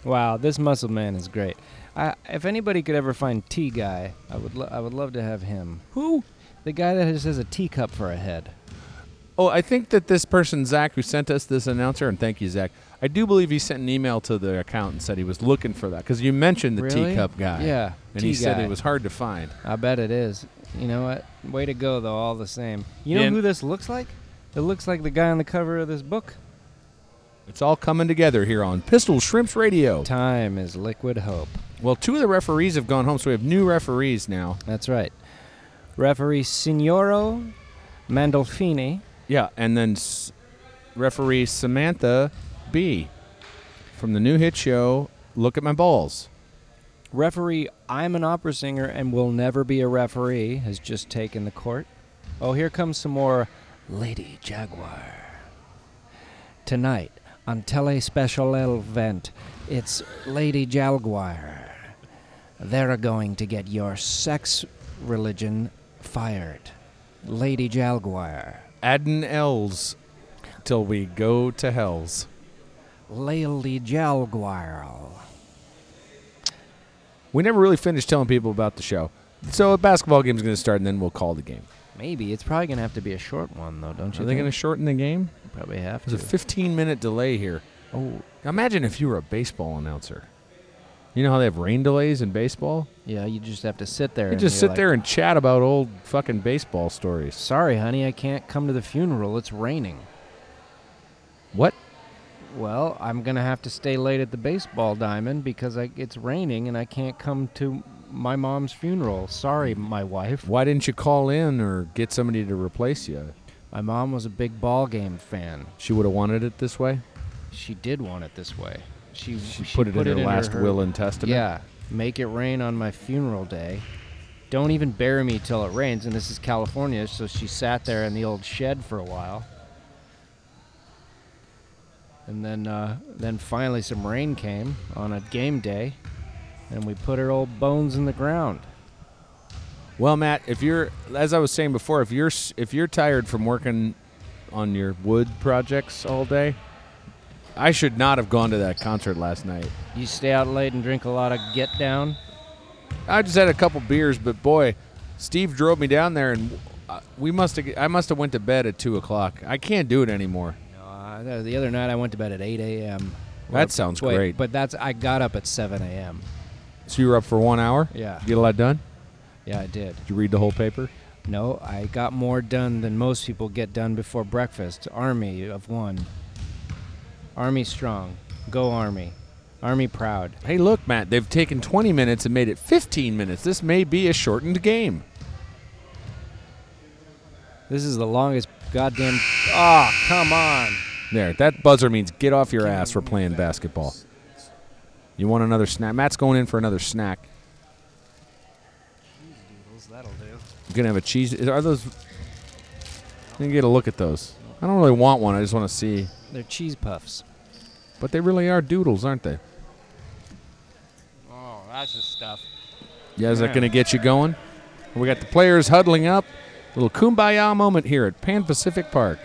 [SPEAKER 1] Wow, this muscle man is great. I, if anybody could ever find Tea Guy, I would lo- I would love to have him.
[SPEAKER 2] who?
[SPEAKER 1] The guy that just has a teacup for a head.
[SPEAKER 2] Oh, I think that this person Zach, who sent us this announcer, and thank you, Zach. I do believe he sent an email to the account and said he was looking for that because you mentioned the
[SPEAKER 1] Really?
[SPEAKER 2] teacup guy.
[SPEAKER 1] Yeah,
[SPEAKER 2] and he
[SPEAKER 1] tea
[SPEAKER 2] said
[SPEAKER 1] guy.
[SPEAKER 2] it was hard to find.
[SPEAKER 1] I bet it is. You know what? Way to go though. All the same. You know
[SPEAKER 2] Yeah.
[SPEAKER 1] who this looks like? It looks like the guy on the cover of this book.
[SPEAKER 2] It's all coming together here on Pistol Shrimps Radio.
[SPEAKER 1] Time is liquid hope.
[SPEAKER 2] Well, two of the referees have gone home, so we have new referees now.
[SPEAKER 1] That's right. Referee Signoro Mandolfini.
[SPEAKER 2] Yeah, and then s- referee Samantha B from the new hit show Look at My Balls.
[SPEAKER 1] Referee, I'm an opera singer and will never be a referee, has just taken the court. Oh, here comes some more Lady Jaguar. Tonight on Tele Special Event, it's Lady Jaguar. They're going to get your sex religion fired. Lady Jaguar.
[SPEAKER 2] Adden L's till we go to hells.
[SPEAKER 1] Lady Jaguar.
[SPEAKER 2] We never really finished telling people about the show. So a basketball game's going to start, and then we'll call the game.
[SPEAKER 1] Maybe. It's probably going to have to be a short one, though, don't you
[SPEAKER 2] Are they
[SPEAKER 1] think?
[SPEAKER 2] going to shorten the game?
[SPEAKER 1] probably have
[SPEAKER 2] There's a
[SPEAKER 1] to.
[SPEAKER 2] 15 minute delay here.
[SPEAKER 1] Oh,
[SPEAKER 2] Imagine if you were a baseball announcer. You know how they have rain delays in baseball?
[SPEAKER 1] Yeah, you just have to sit there.
[SPEAKER 2] You
[SPEAKER 1] and
[SPEAKER 2] just
[SPEAKER 1] you're
[SPEAKER 2] sit
[SPEAKER 1] like,
[SPEAKER 2] there and chat about old fucking baseball stories.
[SPEAKER 1] Sorry, honey, I can't come to the funeral. It's raining.
[SPEAKER 2] What?
[SPEAKER 1] Well, I'm gonna have to stay late at the baseball diamond because I, it's raining and I can't come to my mom's funeral. Sorry, my wife.
[SPEAKER 2] Why didn't you call in or get somebody to replace you?
[SPEAKER 1] My mom was a big ball game fan.
[SPEAKER 2] She would have wanted it this way.
[SPEAKER 1] She did want it this way. She
[SPEAKER 2] She, put, it in her last will and testament.
[SPEAKER 1] yeah, make it rain on my funeral day. Don't even bury me till it rains. And this is California, so she sat there in the old shed for a while. And then, uh, then finally, some rain came on a game day, and we put her old bones in the ground.
[SPEAKER 2] Well, Matt, if you're, as I was saying before, if you're s- if you're tired from working on your wood projects all day, I should not have gone to that concert last night.
[SPEAKER 1] You stay out late and drink a lot of get down.
[SPEAKER 2] I just had a couple beers, but boy, Steve drove me down there, and uh, we must have. I must have went to bed at two o'clock. I can't do it anymore.
[SPEAKER 1] Uh, the other night, I went to bed at 8 a.m.
[SPEAKER 2] That sounds
[SPEAKER 1] Wait,
[SPEAKER 2] great.
[SPEAKER 1] But that's I got up at 7 a.m.
[SPEAKER 2] So you were up for one hour.
[SPEAKER 1] Yeah.
[SPEAKER 2] Get a lot done.
[SPEAKER 1] Yeah, I did.
[SPEAKER 2] Did you read the whole paper?
[SPEAKER 1] No, I got more done than most people get done before breakfast. Army of one. Army strong. Go Army. Army proud.
[SPEAKER 2] Hey, look, Matt, they've taken 20 minutes and made it 15 minutes. This may be a shortened game.
[SPEAKER 1] This is the longest goddamn. Ah, come on.
[SPEAKER 2] There, that buzzer means get off your ass. We're playing basketball. You want another snack? Matt's going in for another snack.
[SPEAKER 1] That'll do.
[SPEAKER 2] You're gonna have a cheese. Are those? You can get a look at those. I don't really want one. I just want to see.
[SPEAKER 1] They're cheese puffs.
[SPEAKER 2] But they really are doodles, aren't they?
[SPEAKER 1] Oh, that's the stuff.
[SPEAKER 2] Yeah, is
[SPEAKER 1] Yeah.
[SPEAKER 2] that going to get you going? We got the players huddling up. Little kumbaya moment here at Pan Pacific Park.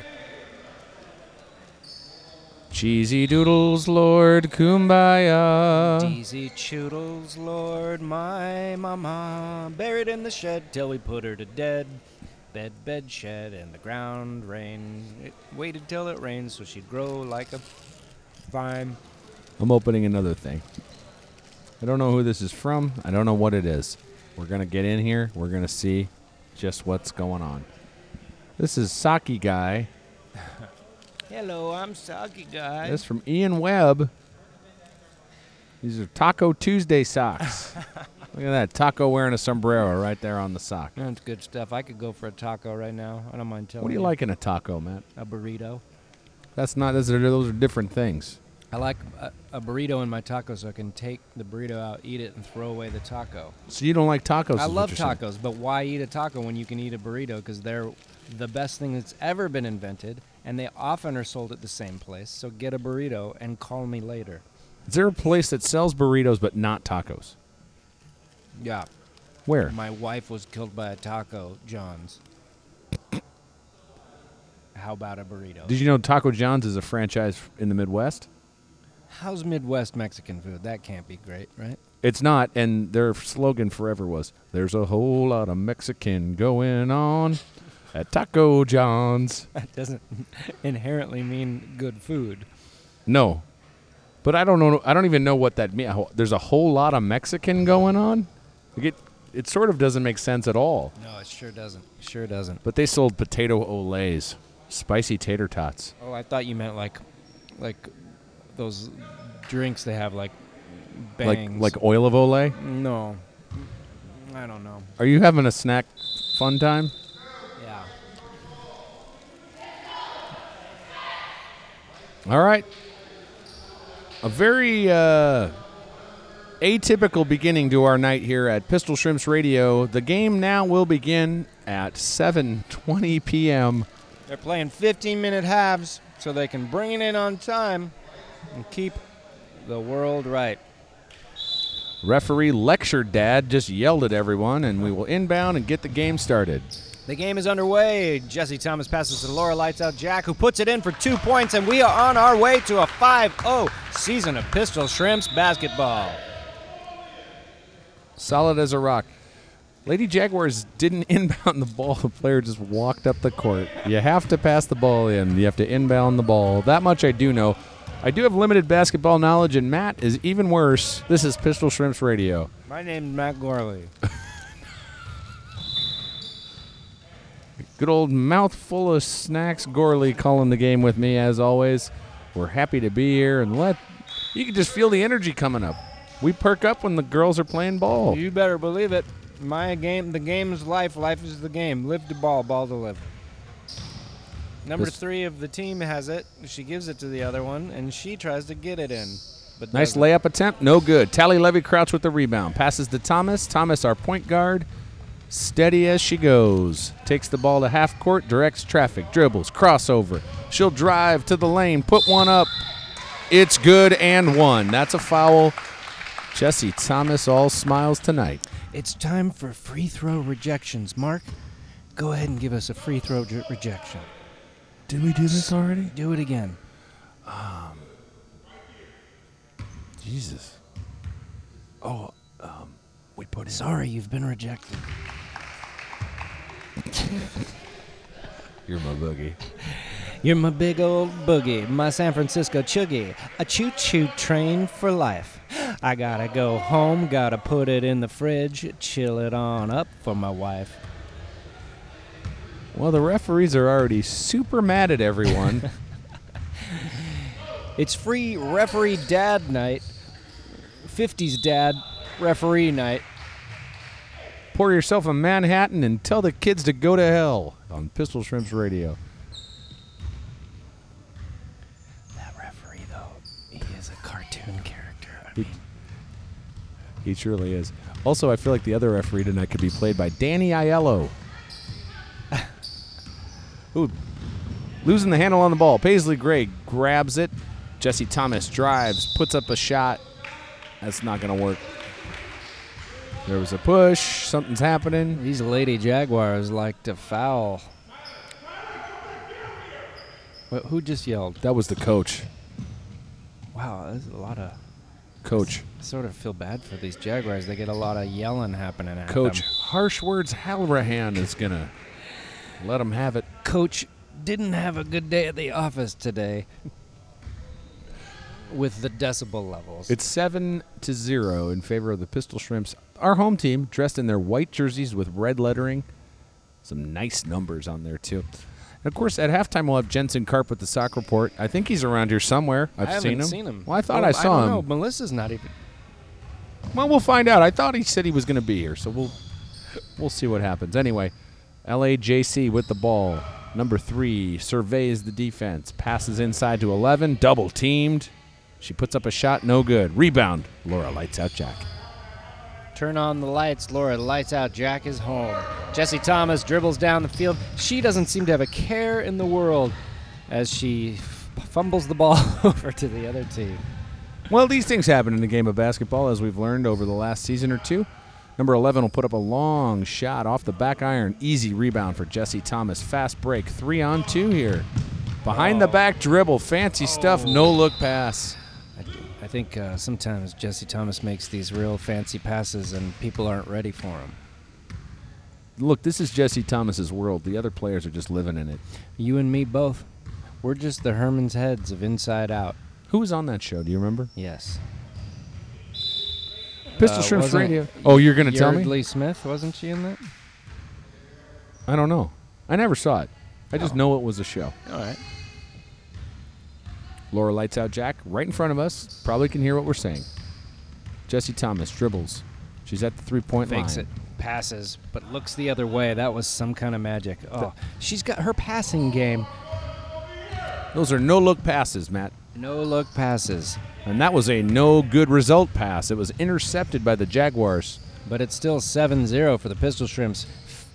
[SPEAKER 2] Cheesy doodles, Lord, kumbaya.
[SPEAKER 1] Deezy Choodles, Lord, my mama, buried in the shed till we put her to dead. Bed, bed, shed, in the ground, rain. It waited till it rained so she'd grow like a vine.
[SPEAKER 2] I'm opening another thing. I don't know who this is from. I don't know what it is. We're going to get in here. We're going to see just what's going on. This is Saki Guy.
[SPEAKER 1] Hello, I'm Soggy Guy.
[SPEAKER 2] This is from Ian Webb. These are Taco
[SPEAKER 1] <laughs>
[SPEAKER 2] Tuesday socks. Look at that. Taco wearing a sombrero right there on the sock.
[SPEAKER 1] That's good stuff. I could go for a taco right now. I don't mind telling
[SPEAKER 2] What do you like in a taco, Matt?
[SPEAKER 1] A burrito.
[SPEAKER 2] That's not, those are, those are different things.
[SPEAKER 1] I like a, a burrito in my taco so I can take the burrito out, eat it, and throw away the taco.
[SPEAKER 2] So you don't like tacos?
[SPEAKER 1] I
[SPEAKER 2] is what
[SPEAKER 1] love
[SPEAKER 2] you're saying.
[SPEAKER 1] tacos, but why eat a taco when you can eat a burrito? Because they're the best thing that's ever been invented, and they often are sold at the same place. So get a burrito and call me later.
[SPEAKER 2] Is there a place that sells burritos but not tacos?
[SPEAKER 1] Yeah.
[SPEAKER 2] Where?
[SPEAKER 1] My wife was killed by a taco, John's. <coughs> How about a burrito?
[SPEAKER 2] Did you know Taco John's is a franchise in the Midwest?
[SPEAKER 1] How's Midwest Mexican food? That can't be great, right?
[SPEAKER 2] It's not, and their slogan forever was "There's a whole lot of Mexican going on at Taco John's."
[SPEAKER 1] <laughs> That doesn't inherently mean good food.
[SPEAKER 2] No, but I don't know. I don't even know what that means. There's a whole lot of Mexican going on. Like it, it sort of doesn't make sense at all.
[SPEAKER 1] No, it sure doesn't. Sure doesn't.
[SPEAKER 2] But they sold potato olays, spicy tater tots.
[SPEAKER 1] Oh, I thought you meant like, like those drinks they have like bangs.
[SPEAKER 2] Like like oil of olay.
[SPEAKER 1] no, I don't know.
[SPEAKER 2] Are you having a snack fun time?
[SPEAKER 1] Yeah,
[SPEAKER 2] All right. A very uh, atypical beginning to our night here at Pistol Shrimps Radio. The game now will begin at 7:20 p.m.
[SPEAKER 1] they're playing 15-minute halves so they can bring it in on time and keep the world right.
[SPEAKER 2] Referee Lecture Dad just yelled at everyone, and we will inbound and get the game started.
[SPEAKER 1] The game is underway. Jesse Thomas passes to Laura Lights Out Jack, who puts it in for two points, and we are on our way to a 5-0 season of Pistol Shrimps basketball.
[SPEAKER 2] Solid as a rock. Lady Jaguars didn't <laughs> inbound the ball. The player just walked up the court. You have to pass the ball in. You have to inbound the ball. That much I do know. I do have limited basketball knowledge, and Matt is even worse. This is Pistol Shrimps Radio.
[SPEAKER 1] My name's Matt Gorley.
[SPEAKER 2] Good old mouthful of snacks. Gorley calling the game with me as always. We're happy to be here, and let you can just feel the energy coming up. We perk up when the girls are playing ball.
[SPEAKER 1] You better believe it. My game, the game is life. Life is the game. Live to ball, ball to live. Number
[SPEAKER 2] This-
[SPEAKER 1] three of the team has it. She gives it to the other one, and she tries to get it in. But
[SPEAKER 2] Nice
[SPEAKER 1] doesn't.
[SPEAKER 2] layup attempt, no good. Tally Levy Crouch with the rebound. Passes to Thomas. Thomas, our point guard, steady as she goes. Takes the ball to half court, directs traffic, dribbles, crossover. She'll drive to the lane, put one up. It's good and one. That's a foul. Jesse Thomas all smiles tonight.
[SPEAKER 1] It's time for free throw rejections. Mark, go ahead and give us a free throw j- rejection.
[SPEAKER 2] Did we do this already?
[SPEAKER 1] Do it again.
[SPEAKER 2] Jesus.
[SPEAKER 1] We put it. Sorry, you've been rejected.
[SPEAKER 2] You're my boogie.
[SPEAKER 1] You're my big old boogie, my San Francisco chuggy, a choo choo train for life. I gotta go home, gotta put it in the fridge, chill it on up for my wife.
[SPEAKER 2] Well, the referees are already super mad at <laughs> everyone.
[SPEAKER 1] It's free referee dad night, 50s dad referee night.
[SPEAKER 2] Pour yourself a Manhattan and tell the kids to go to hell on Pistol Shrimps Radio.
[SPEAKER 1] That referee, though, he is a cartoon character. I
[SPEAKER 2] He- He surely is. Also, I feel like the other referee tonight could be played by Danny Aiello. <laughs> Ooh, losing the handle on the ball. Paisley Gray grabs it. Jesse Thomas drives, puts up a shot. That's not going to work. There was a push. Something's happening.
[SPEAKER 1] These lady jaguars like to foul. Wait, who just yelled?
[SPEAKER 2] That was the coach.
[SPEAKER 1] Wow, there's a lot of.
[SPEAKER 2] Coach.
[SPEAKER 1] I sort of feel bad for these Jaguars. They get a lot of yelling happening at
[SPEAKER 2] Coach
[SPEAKER 1] them.
[SPEAKER 2] Harshwords Halrahan is going to let them have it.
[SPEAKER 1] Coach didn't have a good day at the office today. With the decibel levels.
[SPEAKER 2] It's 7 to 0 in favor of the Pistol Shrimps. Our home team, dressed in their white jerseys with red lettering. Some nice numbers on there, too. And of course, at halftime, we'll have Jensen Karp with the sock report. I think he's around here somewhere. I've
[SPEAKER 1] I haven't
[SPEAKER 2] seen him.
[SPEAKER 1] seen him.
[SPEAKER 2] Well, I thought
[SPEAKER 1] Well,
[SPEAKER 2] I saw
[SPEAKER 1] don't
[SPEAKER 2] him.
[SPEAKER 1] Know. Melissa's not even.
[SPEAKER 2] Well, we'll find out. I thought he said he was going to be here, so we'll we'll see what happens. Anyway, LAJC with the ball. Number three surveys the defense, passes inside to 11, double teamed. She puts up a shot, no good. Rebound. Laura lights out Jack.
[SPEAKER 1] Turn on the lights. Laura lights out. Jack is home. Jesse Thomas dribbles down the field. She doesn't seem to have a care in the world as she f- fumbles the ball <laughs> over to the other team.
[SPEAKER 2] Well, these things happen in the game of basketball, as we've learned over the last season or two. Number 11 will put up a long shot off the back iron. Easy rebound for Jesse Thomas. Fast break. Three on two here. Behind the back dribble. Fancy stuff. No look pass.
[SPEAKER 1] I, I think uh, sometimes Jesse Thomas makes these real fancy passes and people aren't ready for them.
[SPEAKER 2] Look, this is Jesse Thomas's world. The other players are just living in it.
[SPEAKER 1] You and me both. We're just the Herman's heads of Inside Out.
[SPEAKER 2] Who was on that show? Do you remember?
[SPEAKER 1] Yes.
[SPEAKER 2] Pistol
[SPEAKER 1] Uh,
[SPEAKER 2] Shrimps
[SPEAKER 1] wasn't
[SPEAKER 2] Radio.
[SPEAKER 1] it
[SPEAKER 2] Oh, you're gonna tell me?
[SPEAKER 1] Yardley Smith, wasn't she in that?
[SPEAKER 2] I don't know. I never saw it. I just know it was a show.
[SPEAKER 1] All right.
[SPEAKER 2] Laura lights out Jack right in front of us. Probably can hear what we're saying. Jesse Thomas dribbles. She's at the three-point
[SPEAKER 1] Fakes
[SPEAKER 2] line.
[SPEAKER 1] it, passes, but looks the other way. That was some kind of magic. Oh, she's got her passing game.
[SPEAKER 2] Those are no-look passes, Matt.
[SPEAKER 1] No look passes,
[SPEAKER 2] And that was a no-good result pass. It was intercepted by the Jaguars.
[SPEAKER 1] but it's still 7 0 for the Pistol Shrimps.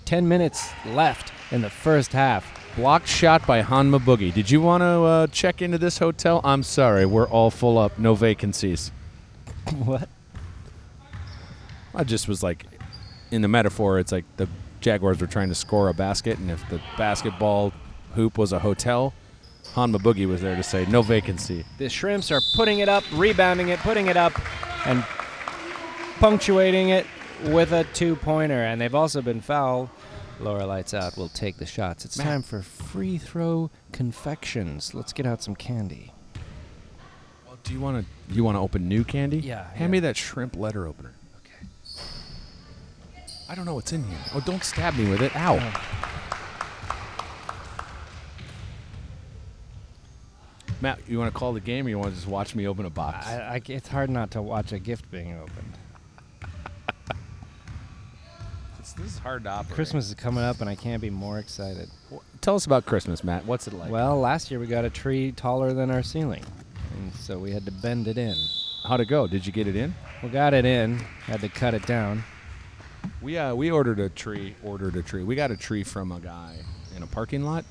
[SPEAKER 1] 10 minutes left in the first half.
[SPEAKER 2] Blocked shot by Hanma Boogie. Did you want to uh, check into this hotel? I'm sorry, we're all full up. No vacancies.
[SPEAKER 1] What?
[SPEAKER 2] I just was like, in the metaphor, it's like the Jaguars were trying to score a basket, and if the basketball hoop was a hotel, Hanma Boogie was there to say, no vacancy.
[SPEAKER 1] The Shrimps are putting it up, rebounding it, putting it up, and punctuating it with a two pointer. And they've also been fouled. Laura Lights Out will take the shots. It's time for free throw confections. Let's get out some candy.
[SPEAKER 2] Well, do you want to you want to open new candy?
[SPEAKER 1] Yeah,
[SPEAKER 2] Hand
[SPEAKER 1] yeah.
[SPEAKER 2] me that shrimp letter opener.
[SPEAKER 1] Okay.
[SPEAKER 2] I don't know what's in here. Oh, don't stab me with it. Ow. Matt, you want to call the game, or you want to just watch me open a box?
[SPEAKER 1] I, I, it's hard not to watch a gift being opened.
[SPEAKER 2] this, this is hard to operate.
[SPEAKER 1] Christmas is coming up, and I can't be more excited.
[SPEAKER 2] Wh- Tell us about Christmas, Matt. What's it like?
[SPEAKER 1] Well, last year we got a tree taller than our ceiling, and so we had to bend it in.
[SPEAKER 2] How'd it go? Did you get it in?
[SPEAKER 1] We got it in, had to cut it down.
[SPEAKER 2] We uh, we ordered a tree. Ordered a tree. We got a tree from a guy in a parking lot,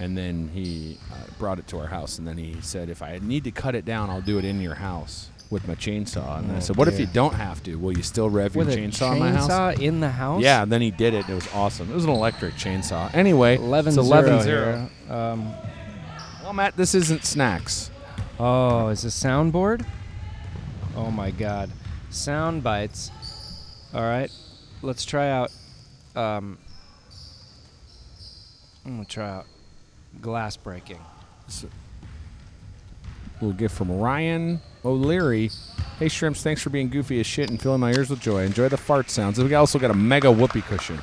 [SPEAKER 2] and then he uh, brought it to our house. And then he said, "If I need to cut it down, I'll do it in your house with my chainsaw." And then I said, "What if
[SPEAKER 1] Oh, dear.
[SPEAKER 2] you don't have to? Will you still rev
[SPEAKER 1] With
[SPEAKER 2] your
[SPEAKER 1] a
[SPEAKER 2] chainsaw,
[SPEAKER 1] chainsaw
[SPEAKER 2] in my house?"
[SPEAKER 1] in the house?
[SPEAKER 2] Yeah, and then he did it. and It was awesome. It was an electric chainsaw. Anyway,
[SPEAKER 1] 11
[SPEAKER 2] it's 11
[SPEAKER 1] here. Um,
[SPEAKER 2] Well, Matt, this isn't snacks.
[SPEAKER 1] oh, is this soundboard? Oh my god. Sound bites. All right, let's try out. Um, I'm going to try out glass breaking.
[SPEAKER 2] We'll get from Ryan O'Leary. Hey, Shrimps, thanks for being goofy as shit and filling my ears with joy. Enjoy the fart sounds. We also got a mega whoopee cushion.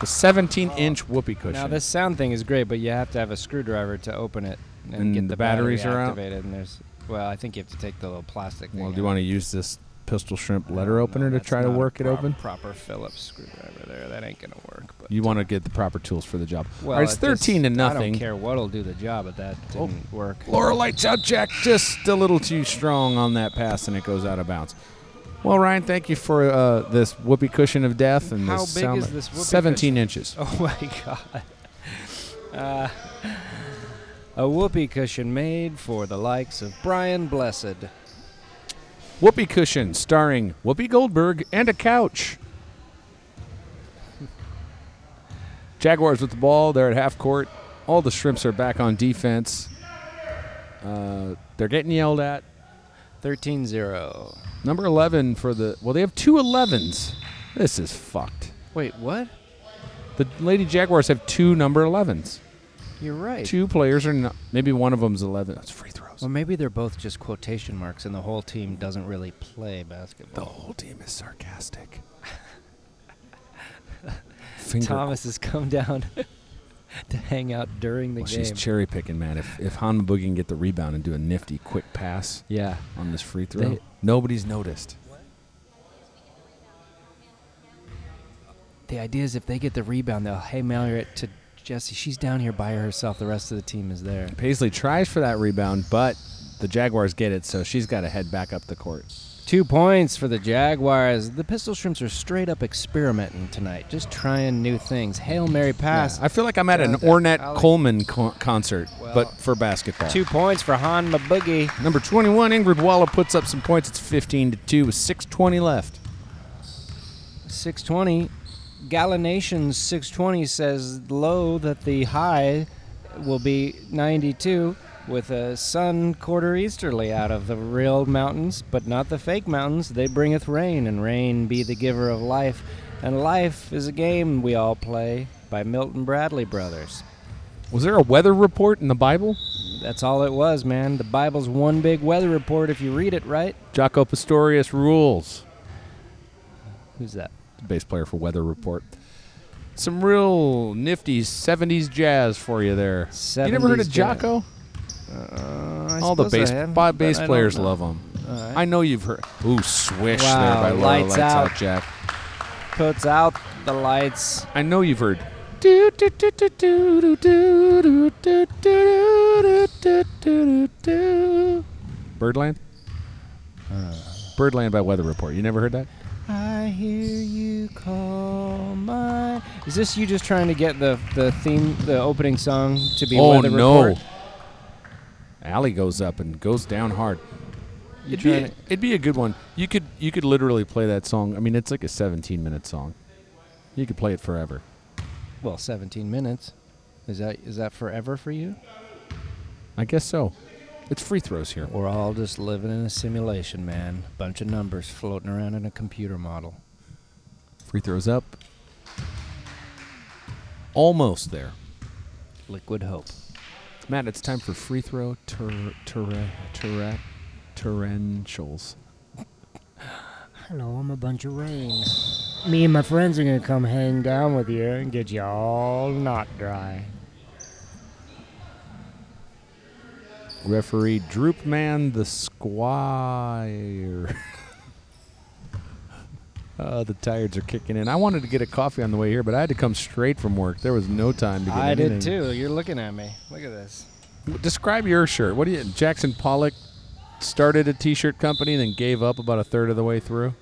[SPEAKER 2] The 17 inch whoopee cushion.
[SPEAKER 1] Oh, Now this sound thing is great, but you have to have a screwdriver to open it and,
[SPEAKER 2] And
[SPEAKER 1] get the,
[SPEAKER 2] the batteries
[SPEAKER 1] battery
[SPEAKER 2] are out?
[SPEAKER 1] activated. And there's well, I think you have to take the little plastic.
[SPEAKER 2] well,
[SPEAKER 1] thing
[SPEAKER 2] do you
[SPEAKER 1] out.
[SPEAKER 2] want to use this pistol shrimp
[SPEAKER 1] No,
[SPEAKER 2] letter opener to
[SPEAKER 1] that's
[SPEAKER 2] try to
[SPEAKER 1] not a
[SPEAKER 2] work it
[SPEAKER 1] prop-
[SPEAKER 2] open?
[SPEAKER 1] Proper Phillips screwdriver there. That ain't gonna work. But
[SPEAKER 2] You want to get the proper tools for the job.
[SPEAKER 1] well,
[SPEAKER 2] All right, it's
[SPEAKER 1] it just-
[SPEAKER 2] 13 to nothing.
[SPEAKER 1] I don't care what'll do the job, but that
[SPEAKER 2] Oh.
[SPEAKER 1] didn't work. <laughs>
[SPEAKER 2] Laura lights out Jack just a little too strong on that pass, and it goes out of bounds. Well, Ryan, thank you for uh, this whoopee cushion of death and
[SPEAKER 1] How
[SPEAKER 2] this
[SPEAKER 1] big
[SPEAKER 2] sound
[SPEAKER 1] is
[SPEAKER 2] li-
[SPEAKER 1] this whoopee
[SPEAKER 2] Seventeen
[SPEAKER 1] cushion?
[SPEAKER 2] inches.
[SPEAKER 1] Oh my god. Uh, a whoopee cushion made for the likes of Brian Blessed.
[SPEAKER 2] Whoopee cushion starring Whoopi Goldberg and a couch. Jaguars with the ball. They're at half court. All the shrimps are back on defense. Uh, they're getting yelled at.
[SPEAKER 1] 13 0.
[SPEAKER 2] Number 11 for the. Well, they have two 11s. This is fucked.
[SPEAKER 1] Wait, what?
[SPEAKER 2] The Lady Jaguars have two number 11s.
[SPEAKER 1] You're right.
[SPEAKER 2] Two players are not. Maybe one of them's 11. It's free throws.
[SPEAKER 1] Well, maybe they're both just quotation marks, and the whole team doesn't really play
[SPEAKER 2] The
[SPEAKER 1] basketball.
[SPEAKER 2] whole team is sarcastic. Finger
[SPEAKER 1] Thomas has come down <laughs> to hang out during the
[SPEAKER 2] Well,
[SPEAKER 1] game.
[SPEAKER 2] she's cherry picking, man. If if Hanma Boogie can get the rebound and do a nifty quick pass
[SPEAKER 1] yeah.
[SPEAKER 2] on this free throw,
[SPEAKER 1] They-
[SPEAKER 2] nobody's noticed.
[SPEAKER 1] The idea is if they get the rebound, they'll hey mail it to Jesse. She's down here by herself. The rest of the team is there.
[SPEAKER 2] Paisley tries for that rebound, but the Jaguars get it, so she's got to head back up the court.
[SPEAKER 1] Two points for the Jaguars. The Pistol Shrimps are straight up experimenting tonight, just trying new things. Hail Mary pass.
[SPEAKER 2] I feel like I'm at an
[SPEAKER 1] Yeah.
[SPEAKER 2] Ornette
[SPEAKER 1] Alley.
[SPEAKER 2] Coleman co- concert,
[SPEAKER 1] Well,
[SPEAKER 2] but for basketball.
[SPEAKER 1] Two points for Han Maboogie.
[SPEAKER 2] Number 21, Ingrid Walla puts up some points. It's 15 to two with 6:20 left.
[SPEAKER 1] 620. Galinations 620 says low that the high will be 92 with a sun quarter easterly out of the real mountains, but not the fake mountains. They bringeth rain, and rain be the giver of life. And life is a game we all play by Milton Bradley Brothers.
[SPEAKER 2] Was there a weather report in the Bible?
[SPEAKER 1] That's all it was, man. The Bible's one big weather report if you read it right.
[SPEAKER 2] Jaco Pastorius rules.
[SPEAKER 1] Who's that?
[SPEAKER 2] the bass player for Weather Report. Some real nifty 70s jazz for you there. you never
[SPEAKER 1] 70s
[SPEAKER 2] heard of Jocko?
[SPEAKER 1] Uh, I
[SPEAKER 2] All the
[SPEAKER 1] suppose
[SPEAKER 2] bass
[SPEAKER 1] I have,
[SPEAKER 2] ba-
[SPEAKER 1] but
[SPEAKER 2] bass
[SPEAKER 1] I don't
[SPEAKER 2] players
[SPEAKER 1] know.
[SPEAKER 2] love him.
[SPEAKER 1] All right.
[SPEAKER 2] I know you've heard. Ooh, swish
[SPEAKER 1] Wow,
[SPEAKER 2] there by Laura
[SPEAKER 1] lights out.
[SPEAKER 2] Jack.
[SPEAKER 1] puts out the lights.
[SPEAKER 2] I know you've heard. Do, do, do, do, do, do, do, do, do, do, do, do, do. Birdland?
[SPEAKER 1] Uh,
[SPEAKER 2] Birdland by Weather Report. You never heard that?
[SPEAKER 1] I hear you call my. Is this you just trying to get the the theme, the opening song to be
[SPEAKER 2] oh
[SPEAKER 1] Weather
[SPEAKER 2] no!
[SPEAKER 1] Report?
[SPEAKER 2] Alley goes up and goes down hard.
[SPEAKER 1] You
[SPEAKER 2] it'd, be
[SPEAKER 1] trying
[SPEAKER 2] a, it'd be a good one. You could you could literally play that song. I mean, it's like a 17 minute song. You could play it forever.
[SPEAKER 1] Well, 17 minutes. Is that is that forever for you?
[SPEAKER 2] I guess so. It's free throws here.
[SPEAKER 1] We're all just living in a simulation, man. Bunch of numbers floating around in a computer model.
[SPEAKER 2] Free throws up. Almost there.
[SPEAKER 1] Liquid hope.
[SPEAKER 2] Matt, it's time for free throw ter, ter, ter, torrentials.
[SPEAKER 5] Hello, I'm a bunch of rain. Me and my friends are gonna come hang down with you and get you all not dry.
[SPEAKER 2] Referee Droopman the Squire. <laughs> oh, the tires are kicking in. I wanted to get a coffee on the way here, but I had to come straight from work. There was no time to get
[SPEAKER 1] I did
[SPEAKER 2] anything.
[SPEAKER 1] too. You're looking at me. Look at this.
[SPEAKER 2] Describe your shirt. What do you? Jackson Pollock started a T-shirt company, then gave up about a third of the way through.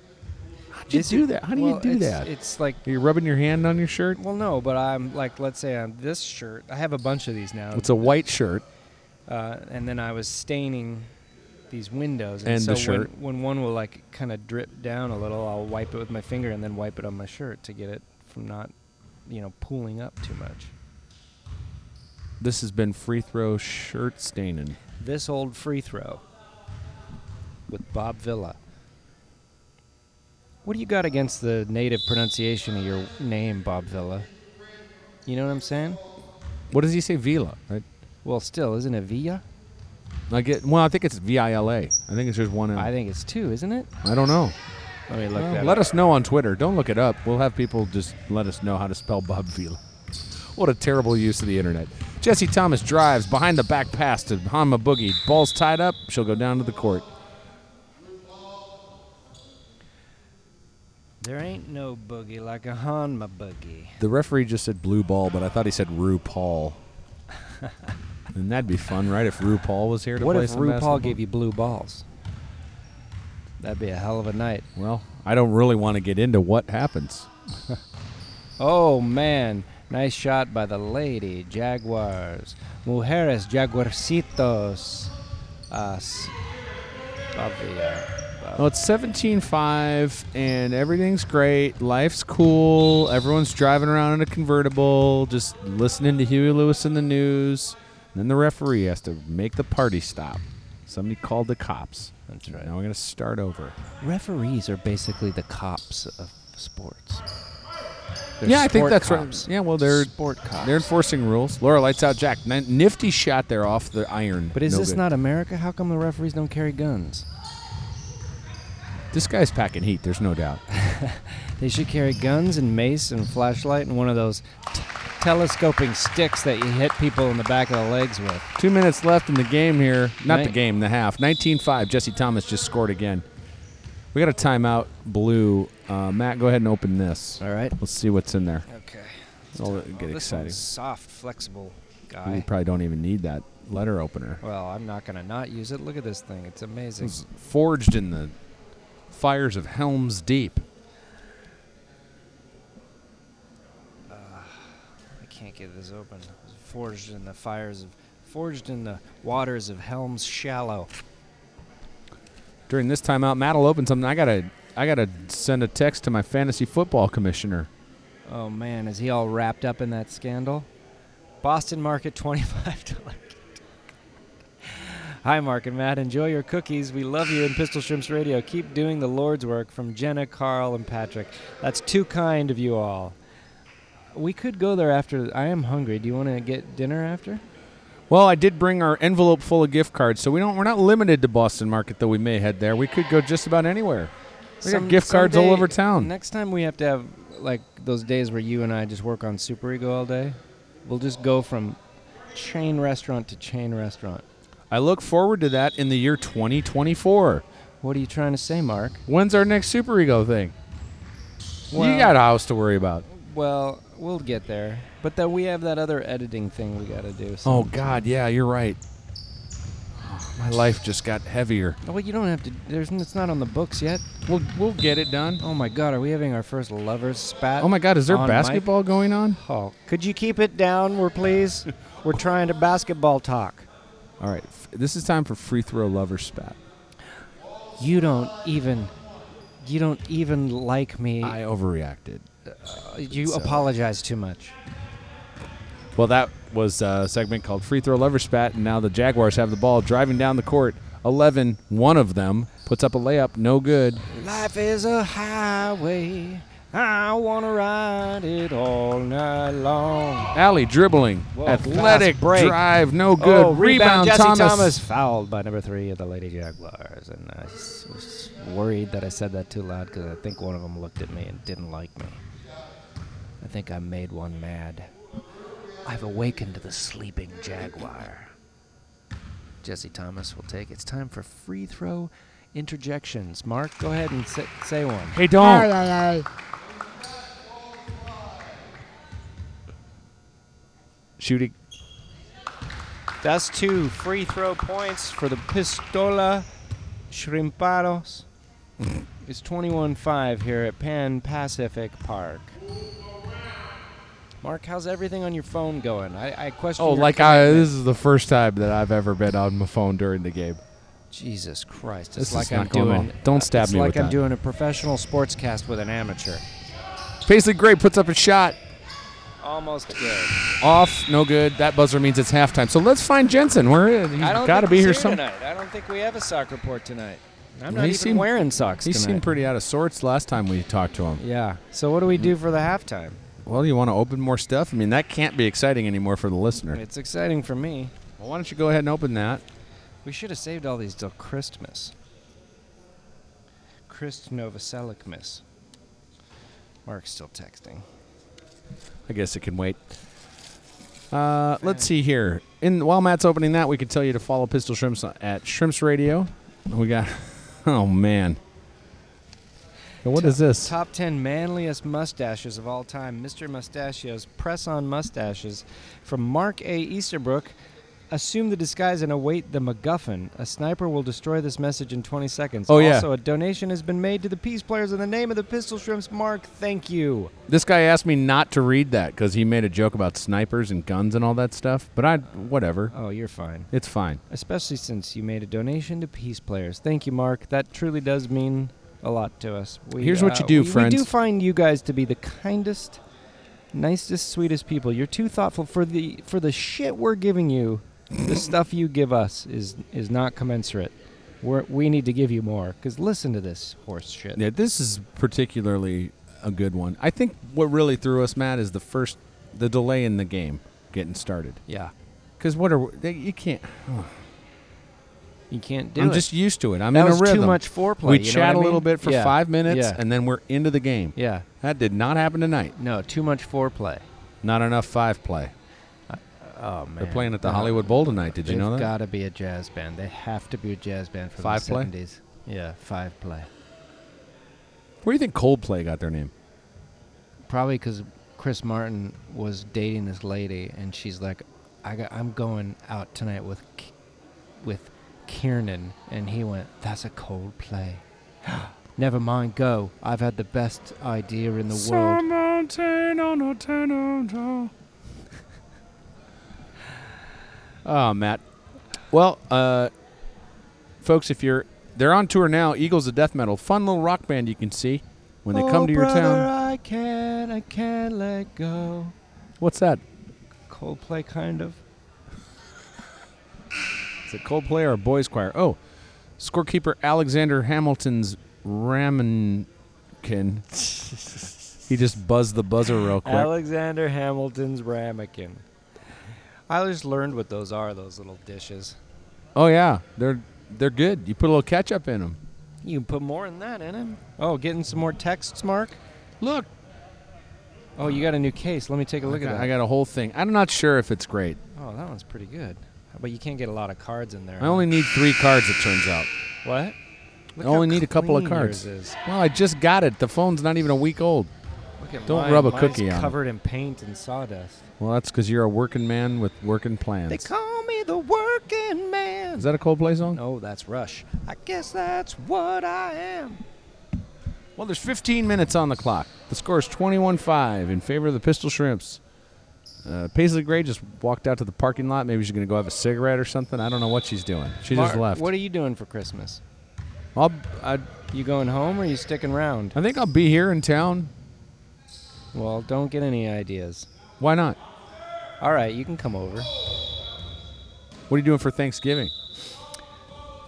[SPEAKER 2] How'd you
[SPEAKER 1] This
[SPEAKER 2] do
[SPEAKER 1] is-
[SPEAKER 2] that? How do you
[SPEAKER 1] well,
[SPEAKER 2] do
[SPEAKER 1] it's-
[SPEAKER 2] that?
[SPEAKER 1] It's like
[SPEAKER 2] Are you rubbing your hand on your shirt?
[SPEAKER 1] well, no, but I'm like, let's say on this shirt, I have a bunch of these now.
[SPEAKER 2] It's a white shirt.
[SPEAKER 1] uh, and then I was staining these windows, and,
[SPEAKER 2] And
[SPEAKER 1] so
[SPEAKER 2] the shirt.
[SPEAKER 1] When, when one will like kind of drip down a little, I'll wipe it with my finger and then wipe it on my shirt to get it from not, you know, pooling up too much.
[SPEAKER 2] This has been free throw shirt staining.
[SPEAKER 1] This old free throw with Bob Villa. What do you got against the native pronunciation of your name, Bob Villa? You know what I'm saying?
[SPEAKER 2] What does he say? Vila, right?
[SPEAKER 1] Well, still, isn't it Villa?
[SPEAKER 2] I get. Well, I think it's V I L A. I think it's just one L.
[SPEAKER 1] I think it's two, isn't it?
[SPEAKER 2] I don't know.
[SPEAKER 1] Oh, Let me look
[SPEAKER 2] Well,
[SPEAKER 1] that
[SPEAKER 2] let
[SPEAKER 1] up.
[SPEAKER 2] us know on Twitter. Don't look it up. We'll have people just let us know how to spell Bob Vila. What a terrible use of the internet. Jesse Thomas drives behind the back pass to Hanma Boogie. Ball's tied up. She'll go down to the court.
[SPEAKER 1] There ain't no boogie like a Hanma boogie.
[SPEAKER 2] The referee just said blue ball, but I thought he said
[SPEAKER 1] <laughs>
[SPEAKER 2] RuPaul. and that'd be fun, right? If RuPaul was here to
[SPEAKER 1] What
[SPEAKER 2] play
[SPEAKER 1] if
[SPEAKER 2] some
[SPEAKER 1] RuPaul
[SPEAKER 2] basketball?
[SPEAKER 1] gave you blue balls? That'd be a hell of a night.
[SPEAKER 2] Well, I don't really want to get into what happens.
[SPEAKER 1] Oh man, nice shot by the lady Jaguars. Mujeres Jaguarcitos. Us. uh,
[SPEAKER 2] Well, it's 17.5, and everything's great. Life's cool. Everyone's driving around in a convertible, just listening to Huey Lewis in the news. And then the referee has to make the party stop. Somebody called the cops.
[SPEAKER 1] That's
[SPEAKER 2] So
[SPEAKER 1] right.
[SPEAKER 2] Now we're gonna start over.
[SPEAKER 1] Referees are basically the cops of sports. They're
[SPEAKER 2] yeah, I think
[SPEAKER 1] sport
[SPEAKER 2] that's
[SPEAKER 1] cops.
[SPEAKER 2] right. Yeah, well, they're
[SPEAKER 1] sport cops.
[SPEAKER 2] they're enforcing rules. Laura lights out Jack. Ni- Nifty shot there off the iron.
[SPEAKER 1] but is
[SPEAKER 2] No
[SPEAKER 1] this
[SPEAKER 2] good.
[SPEAKER 1] not America? How come the referees don't carry guns?
[SPEAKER 2] This guy's packing heat. There's no doubt.
[SPEAKER 1] They should carry guns and mace and flashlight and one of those t- telescoping sticks that you hit people in the back of the legs with.
[SPEAKER 2] Two minutes left in the game here. Not the
[SPEAKER 1] Right.
[SPEAKER 2] game, the half. 19-5. Jesse Thomas just scored again. We got a timeout. Blue. Uh, Matt, go ahead and open this.
[SPEAKER 1] All right.
[SPEAKER 2] Let's see what's in there.
[SPEAKER 1] Okay. Oh,
[SPEAKER 2] It's all that get
[SPEAKER 1] this
[SPEAKER 2] exciting.
[SPEAKER 1] One's soft, flexible
[SPEAKER 2] We
[SPEAKER 1] guy.
[SPEAKER 2] probably don't even need that letter opener.
[SPEAKER 1] Well, I'm not gonna not use it. Look at this thing. It's
[SPEAKER 2] It
[SPEAKER 1] amazing.
[SPEAKER 2] was forged in the fires of Helm's Deep.
[SPEAKER 1] I can't get this open. It was forged in the fires of, forged in the waters of Helm's Shallow.
[SPEAKER 2] During this timeout, Matt will open something. I gotta, I gotta send a text to my fantasy football commissioner.
[SPEAKER 1] Oh man, is he all wrapped up in that scandal? Boston Market <laughs> twenty-five dollar. Hi, Mark and Matt. Enjoy your cookies. We love you in Pistol Shrimps Radio. Keep doing the Lord's work from Jenna, Carl, and Patrick. That's too kind of you all. We could go there after. I am hungry. Do you want to get dinner after?
[SPEAKER 2] Well, I did bring our envelope full of gift cards, so we don't. We're not limited to Boston Market, though we may head there. We could go just about anywhere. We got gift cards all
[SPEAKER 1] someday-
[SPEAKER 2] over town.
[SPEAKER 1] Next time we have to have like those days where you and I just work on Super Ego all day. We'll just go from chain restaurant to chain restaurant.
[SPEAKER 2] I look forward to that in the year 2024.
[SPEAKER 1] What are you trying to say, Mark?
[SPEAKER 2] When's our next Super Ego thing? you
[SPEAKER 1] Well-
[SPEAKER 2] got a house to worry about.
[SPEAKER 1] Well, we'll get there. But then we have that other editing thing we got to do. So.
[SPEAKER 2] Oh God, yeah, you're right. My life just got heavier.
[SPEAKER 1] Oh, Well, you don't have to. There's, it's not on the books yet.
[SPEAKER 2] We'll we'll get it done.
[SPEAKER 1] Oh my God, are we having our first lovers spat?
[SPEAKER 2] Oh my God, is there
[SPEAKER 1] on mic?
[SPEAKER 2] basketball going on?
[SPEAKER 1] Oh, could you keep it down? We're please. We're trying to basketball talk.
[SPEAKER 2] All right, f- this is time for free throw lover spat.
[SPEAKER 1] You don't even. You don't even like me. Uh,
[SPEAKER 2] I overreacted.
[SPEAKER 1] you
[SPEAKER 2] so-
[SPEAKER 1] apologize too much.
[SPEAKER 2] Well, that was a segment called Free Throw Lover Spat, and now the Jaguars have the ball driving down the court. 11, one of them puts up a layup, no good.
[SPEAKER 1] Life is a highway. I wanna ride it all night long.
[SPEAKER 2] Alley dribbling,
[SPEAKER 1] Whoa,
[SPEAKER 2] athletic
[SPEAKER 1] fast break.
[SPEAKER 2] drive, no good.
[SPEAKER 1] Oh,
[SPEAKER 2] rebound,
[SPEAKER 1] Jesse
[SPEAKER 2] Thomas.
[SPEAKER 1] fouled by number three of the Lady Jaguars, and I s- was worried that I said that too loud because I think one of them looked at me and didn't like me. I think I made one mad. I've awakened the sleeping jaguar. Jesse Thomas will take. It's time for free throw interjections. Mark, go ahead and say, say one.
[SPEAKER 2] Hey, don't. Shooting.
[SPEAKER 1] That's two free throw points for the Pistola Shrimparos.
[SPEAKER 2] Mm.
[SPEAKER 1] it's 21 5 here at Pan Pacific Park. Mark, how's everything on your phone going? I, I question.
[SPEAKER 2] Oh,
[SPEAKER 1] your
[SPEAKER 2] like I,
[SPEAKER 1] commitment.
[SPEAKER 2] this is the first time that I've ever been on my phone during the game.
[SPEAKER 1] Jesus Christ!
[SPEAKER 2] This
[SPEAKER 1] It's
[SPEAKER 2] is
[SPEAKER 1] like
[SPEAKER 2] not
[SPEAKER 1] I'm
[SPEAKER 2] going
[SPEAKER 1] doing.
[SPEAKER 2] well. Don't stab
[SPEAKER 1] it's
[SPEAKER 2] me
[SPEAKER 1] like
[SPEAKER 2] with
[SPEAKER 1] I'm
[SPEAKER 2] that.
[SPEAKER 1] doing a professional sportscast with an amateur.
[SPEAKER 2] Paisley Gray puts up a shot.
[SPEAKER 1] Almost good.
[SPEAKER 2] Off, no good. That buzzer means it's halftime. So let's find Jensen. Where he's
[SPEAKER 1] I don't
[SPEAKER 2] got to
[SPEAKER 1] think
[SPEAKER 2] be
[SPEAKER 1] he's
[SPEAKER 2] here some.
[SPEAKER 1] tonight. I don't think we have a sock report tonight. I'm
[SPEAKER 2] Well,
[SPEAKER 1] not
[SPEAKER 2] he
[SPEAKER 1] even
[SPEAKER 2] seemed-
[SPEAKER 1] wearing socks
[SPEAKER 2] He
[SPEAKER 1] tonight.
[SPEAKER 2] seemed pretty Mm. out of sorts last time we talked to him.
[SPEAKER 1] yeah. So what do we do for the halftime?
[SPEAKER 2] Well, you want to open more stuff? I mean, that can't be exciting anymore for the listener.
[SPEAKER 1] It's exciting for me.
[SPEAKER 2] Well, why don't you go ahead and open that?
[SPEAKER 1] We should have saved all these till Christmas. Christ Novoselic-mas. Mark's still texting.
[SPEAKER 2] I guess it can wait. Uh, let's see here. In while Matt's opening that, we could tell you to follow Pistol Shrimps on- at Shrimps Radio. We got. <laughs> Oh man. And What is this?
[SPEAKER 1] Top 10 manliest mustaches of all time. Mr. Mustachios Press On Mustaches from Mark A. Easterbrook. Assume the disguise and await the MacGuffin. A sniper will destroy this message in 20 seconds.
[SPEAKER 2] Oh, yeah.
[SPEAKER 1] Also, a donation has been made to the Peace Players in the name of the Pistol Shrimps. Mark, thank you.
[SPEAKER 2] This guy asked me not to read that because he made a joke about snipers and guns and all that stuff. But I, whatever.
[SPEAKER 1] Oh, you're fine.
[SPEAKER 2] It's fine.
[SPEAKER 1] especially since you made a donation to Peace Players. Thank you, Mark. That truly does mean a lot to us. We,
[SPEAKER 2] Here's what you
[SPEAKER 1] uh,
[SPEAKER 2] do,
[SPEAKER 1] we-
[SPEAKER 2] friends.
[SPEAKER 1] We do find you guys to be the kindest, nicest, sweetest people. You're too thoughtful for the for the shit we're giving you.
[SPEAKER 2] <coughs>
[SPEAKER 1] the stuff you give us is is not commensurate. We're, we need to give you more because listen to this horse shit.
[SPEAKER 2] Yeah, this is particularly a good one. I think what really threw us, Matt, is the first the delay in the game getting started.
[SPEAKER 1] Yeah.
[SPEAKER 2] Because what are they, you can't?
[SPEAKER 1] you can't do
[SPEAKER 2] I'm
[SPEAKER 1] it.
[SPEAKER 2] just used to it. I'm
[SPEAKER 1] That
[SPEAKER 2] in a
[SPEAKER 1] was too
[SPEAKER 2] rhythm.
[SPEAKER 1] much foreplay,
[SPEAKER 2] We
[SPEAKER 1] you know
[SPEAKER 2] chat
[SPEAKER 1] what I
[SPEAKER 2] a little
[SPEAKER 1] mean?
[SPEAKER 2] bit for
[SPEAKER 1] Yeah.
[SPEAKER 2] five minutes,
[SPEAKER 1] Yeah.
[SPEAKER 2] and then we're into the game.
[SPEAKER 1] yeah,
[SPEAKER 2] That did not happen tonight.
[SPEAKER 1] no, too much foreplay.
[SPEAKER 2] Not enough five play.
[SPEAKER 1] Oh man,
[SPEAKER 2] They're playing at the
[SPEAKER 1] No,
[SPEAKER 2] Hollywood Bowl tonight. Did you know that?
[SPEAKER 1] Got to be a jazz band. They have to be a jazz band from
[SPEAKER 2] Five
[SPEAKER 1] the
[SPEAKER 2] play?
[SPEAKER 1] seventies. Yeah, five play.
[SPEAKER 2] Where do you think Coldplay got their name?
[SPEAKER 1] Probably because Chris Martin was dating this lady, and she's like, "I got, I'm going out tonight with, K- with Kiernan," and he went, "That's a cold play." <gasps> Never mind, go. I've had the best idea in the world.
[SPEAKER 2] Oh, Matt. Well, uh, folks, if you're they're on tour now, Eagles of Death Metal, fun little rock band you can see when they
[SPEAKER 1] Oh,
[SPEAKER 2] come to your town.
[SPEAKER 1] I can, I can't let go.
[SPEAKER 2] What's that?
[SPEAKER 1] Coldplay, kind of.
[SPEAKER 2] Is it Coldplay or Boys Choir? Oh, scorekeeper Alexander Hamilton's Ramankin. he just buzzed the buzzer real quick.
[SPEAKER 1] Alexander Hamilton's ramekin. I just learned what those are. Those little dishes.
[SPEAKER 2] oh yeah, they're they're good. You put a little ketchup in them.
[SPEAKER 1] You can put more than that in him. Oh, getting some more texts, Mark.
[SPEAKER 2] Look,
[SPEAKER 1] Oh, you got a new case. Let me take a look
[SPEAKER 2] I
[SPEAKER 1] at
[SPEAKER 2] got-
[SPEAKER 1] that.
[SPEAKER 2] I got a whole thing. I'm not sure if it's great.
[SPEAKER 1] oh, that one's pretty good. But you can't get a lot of cards in there.
[SPEAKER 2] I only need three cards. It turns out.
[SPEAKER 1] what?
[SPEAKER 2] I only need a couple of cards. Well, I just got it. The phone's not even a week old. Don't rub a cookie on it.
[SPEAKER 1] Covered in paint and sawdust.
[SPEAKER 2] Well, that's because you're a working man with working plans.
[SPEAKER 1] They call me the working man.
[SPEAKER 2] Is that a Coldplay song?
[SPEAKER 1] no, Oh, that's Rush. I guess that's what I am.
[SPEAKER 2] Well, there's 15 minutes on the clock. The score is 21-5 in favor of the Pistol Shrimps. Uh, Paisley Gray just walked out to the parking lot. Maybe she's going to go have a cigarette or something. I don't know what she's doing. She just
[SPEAKER 1] Mark,
[SPEAKER 2] left.
[SPEAKER 1] What are you doing for Christmas?
[SPEAKER 2] I'll, I,
[SPEAKER 1] Uh, You going home or you sticking around?
[SPEAKER 2] I think I'll be here in town.
[SPEAKER 1] Well, don't get any ideas.
[SPEAKER 2] Why not?
[SPEAKER 1] All right, you can come over.
[SPEAKER 2] What are you doing for Thanksgiving?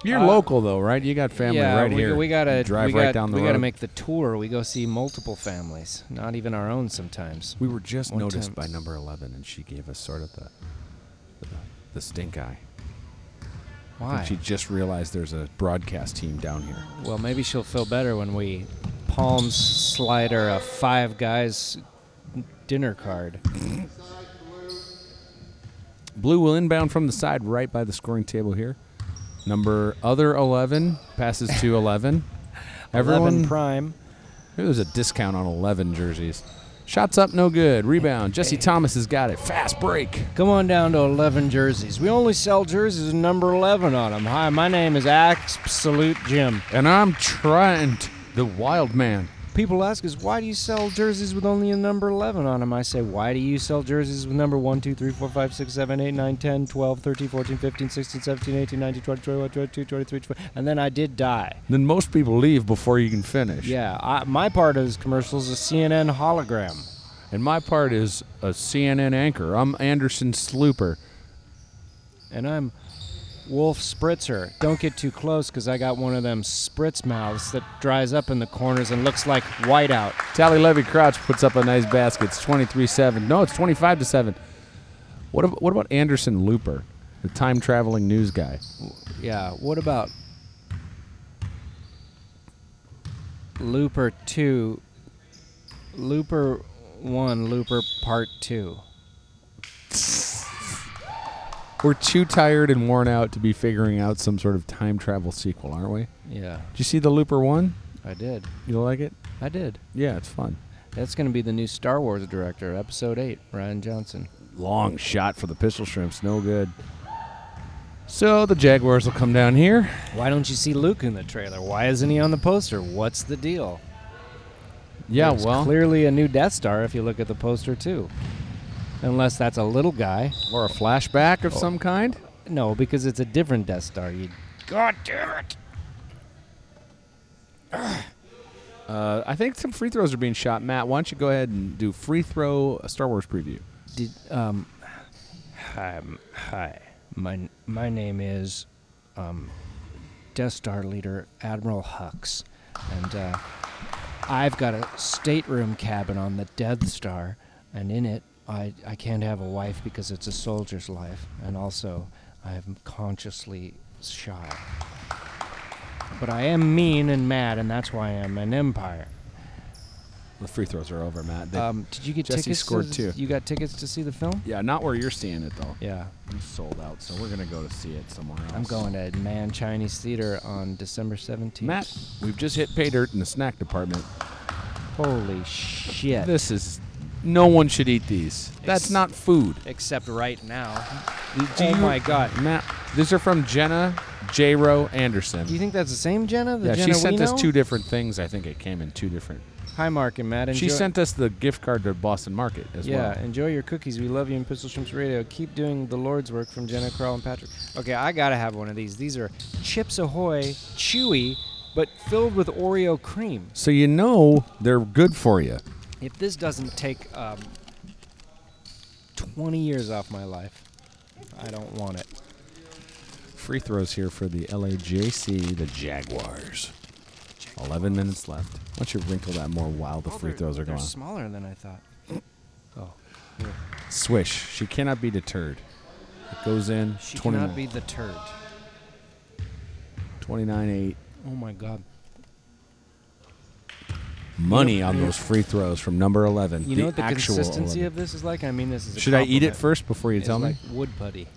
[SPEAKER 2] You're
[SPEAKER 1] Uh,
[SPEAKER 2] local though, right? You got family
[SPEAKER 1] yeah,
[SPEAKER 2] right
[SPEAKER 1] we,
[SPEAKER 2] here.
[SPEAKER 1] we gotta
[SPEAKER 2] You drive
[SPEAKER 1] we
[SPEAKER 2] right
[SPEAKER 1] got-
[SPEAKER 2] down the
[SPEAKER 1] we
[SPEAKER 2] road.
[SPEAKER 1] gotta make the tour. We go see multiple families, not even our own sometimes.
[SPEAKER 2] We were just
[SPEAKER 1] One
[SPEAKER 2] noticed
[SPEAKER 1] time.
[SPEAKER 2] by number 11, and she gave us sort of the the, the stink eye. I
[SPEAKER 1] Why?
[SPEAKER 2] think she just realized there's a broadcast team down here.
[SPEAKER 1] well, maybe she'll feel better when we palms slide her a Five Guys dinner card.
[SPEAKER 2] Blue will inbound from the side, right by the scoring table here. Number other 11 passes
[SPEAKER 1] <laughs>
[SPEAKER 2] to 11. Everyone,
[SPEAKER 1] Eleven prime.
[SPEAKER 2] maybe there's a discount on 11 jerseys. Shots up, no good. Rebound. Jesse Thomas has got it. Fast break.
[SPEAKER 1] Come on down to 11 jerseys. We only sell jerseys with number 11 on them. Hi, my name is Absolute Jim.
[SPEAKER 2] And I'm trying t- the wild man.
[SPEAKER 1] People ask us, why do you sell jerseys with only a number 11 on them? I say, why do you sell jerseys with number 1, 2, 3, 4, 5, 6, 7, 8, 9, 10, 12, 13, 14, 15, 16, 17, 18, 19, 20, 21, 22, 23, 24. And then I did die.
[SPEAKER 2] Then most people leave before you can finish.
[SPEAKER 1] Yeah, I, my part of this commercial is a CNN hologram.
[SPEAKER 2] And my part is a CNN anchor. I'm Anderson Slooper.
[SPEAKER 1] And I'm Wolf Spritzer. Don't get too close because I got one of them spritz mouths that dries up in the corners and looks like whiteout.
[SPEAKER 2] Tally Levy Crouch puts up a nice basket. It's 23-7. No, it's 25-7. What about, what about Anderson Looper, the time-traveling news guy?
[SPEAKER 1] Yeah, what about Looper 2? Looper 1, Looper Part 2.
[SPEAKER 2] We're too tired and worn out to be figuring out some sort of time travel sequel, aren't we? Did
[SPEAKER 1] Yeah,
[SPEAKER 2] you see the Looper one?
[SPEAKER 1] I did.
[SPEAKER 2] You like it?
[SPEAKER 1] I did.
[SPEAKER 2] Yeah, it's fun.
[SPEAKER 1] That's going to be the new Star Wars director, Episode 8, Ryan Johnson.
[SPEAKER 2] Long shot for the pistol shrimps. No good. So the Jaguars will come down here.
[SPEAKER 1] Why don't you see Luke in the trailer? Why isn't he on the poster? What's the deal?
[SPEAKER 2] Yeah,
[SPEAKER 1] There's
[SPEAKER 2] well,
[SPEAKER 1] clearly a new Death Star if you look at the poster too. Unless that's a little guy.
[SPEAKER 2] or a flashback of some kind.
[SPEAKER 1] No, because it's a different Death Star. You
[SPEAKER 5] God damn it.
[SPEAKER 2] Uh, I think some free throws are being shot. Matt, why don't you go ahead and do free throw a Star Wars preview?
[SPEAKER 1] did um hi, hi. My my name is um, Death Star Leader Admiral Hux, and uh, I've got a stateroom cabin on the Death Star, and in it I I can't have a wife because it's a soldier's life, and also I'm consciously shy. But I am mean and mad, and that's why I'm an empire.
[SPEAKER 2] The free throws are over, Matt. They-
[SPEAKER 1] Um, did you get
[SPEAKER 2] Jesse
[SPEAKER 1] tickets?
[SPEAKER 2] scored
[SPEAKER 1] to,
[SPEAKER 2] two.
[SPEAKER 1] You got tickets to see the film?
[SPEAKER 2] yeah, not where you're seeing it though.
[SPEAKER 1] Yeah.
[SPEAKER 2] I'm sold out, so we're gonna go to see it somewhere else.
[SPEAKER 1] I'm going to Man Chinese Theater on December 17th.
[SPEAKER 2] Matt, we've just hit pay dirt in the snack department.
[SPEAKER 1] Holy shit.
[SPEAKER 2] This is no one should eat these. That's
[SPEAKER 1] Ex-
[SPEAKER 2] not food.
[SPEAKER 1] Except right now.
[SPEAKER 2] Do
[SPEAKER 1] oh
[SPEAKER 2] you-
[SPEAKER 1] my god.
[SPEAKER 2] Matt, these are from Jenna J. Rowe Anderson.
[SPEAKER 1] Do you think that's the same Jenna? The
[SPEAKER 2] yeah,
[SPEAKER 1] Jenna
[SPEAKER 2] she sent
[SPEAKER 1] we
[SPEAKER 2] us
[SPEAKER 1] know?
[SPEAKER 2] two different things. I think it came in two different.
[SPEAKER 1] Hi, Mark and Matt.
[SPEAKER 2] She
[SPEAKER 1] Enjoy-
[SPEAKER 2] sent us the gift card to Boston Market as
[SPEAKER 1] Yeah,
[SPEAKER 2] well.
[SPEAKER 1] enjoy your cookies. We love you in Pistol Shrimps Radio. Keep doing the Lord's work from Jenna Carl and Patrick. Okay, I gotta have one of these. These are Chips Ahoy, chewy, but filled with Oreo cream.
[SPEAKER 2] So you know they're good for you.
[SPEAKER 1] If this doesn't take um, 20 years off my life, I don't want it.
[SPEAKER 2] Free throws here for the LAJC, the Jaguars. 11 minutes left. Why don't you wrinkle that more while the free throws are
[SPEAKER 1] they're
[SPEAKER 2] going?
[SPEAKER 1] smaller than I thought. Oh, here.
[SPEAKER 2] Swish. She cannot be deterred. It goes in.
[SPEAKER 1] she
[SPEAKER 2] 20
[SPEAKER 1] cannot be the turd.
[SPEAKER 2] 29 8.
[SPEAKER 1] Oh my god.
[SPEAKER 2] Money
[SPEAKER 1] You know-
[SPEAKER 2] on those free throws from number 11.
[SPEAKER 1] You
[SPEAKER 2] the
[SPEAKER 1] know what the
[SPEAKER 2] actual
[SPEAKER 1] consistency
[SPEAKER 2] 11.
[SPEAKER 1] of this is like? I mean, this is. A
[SPEAKER 2] Should I eat it
[SPEAKER 1] compliment.
[SPEAKER 2] first before you
[SPEAKER 1] It's
[SPEAKER 2] tell me?
[SPEAKER 1] like Wood putty.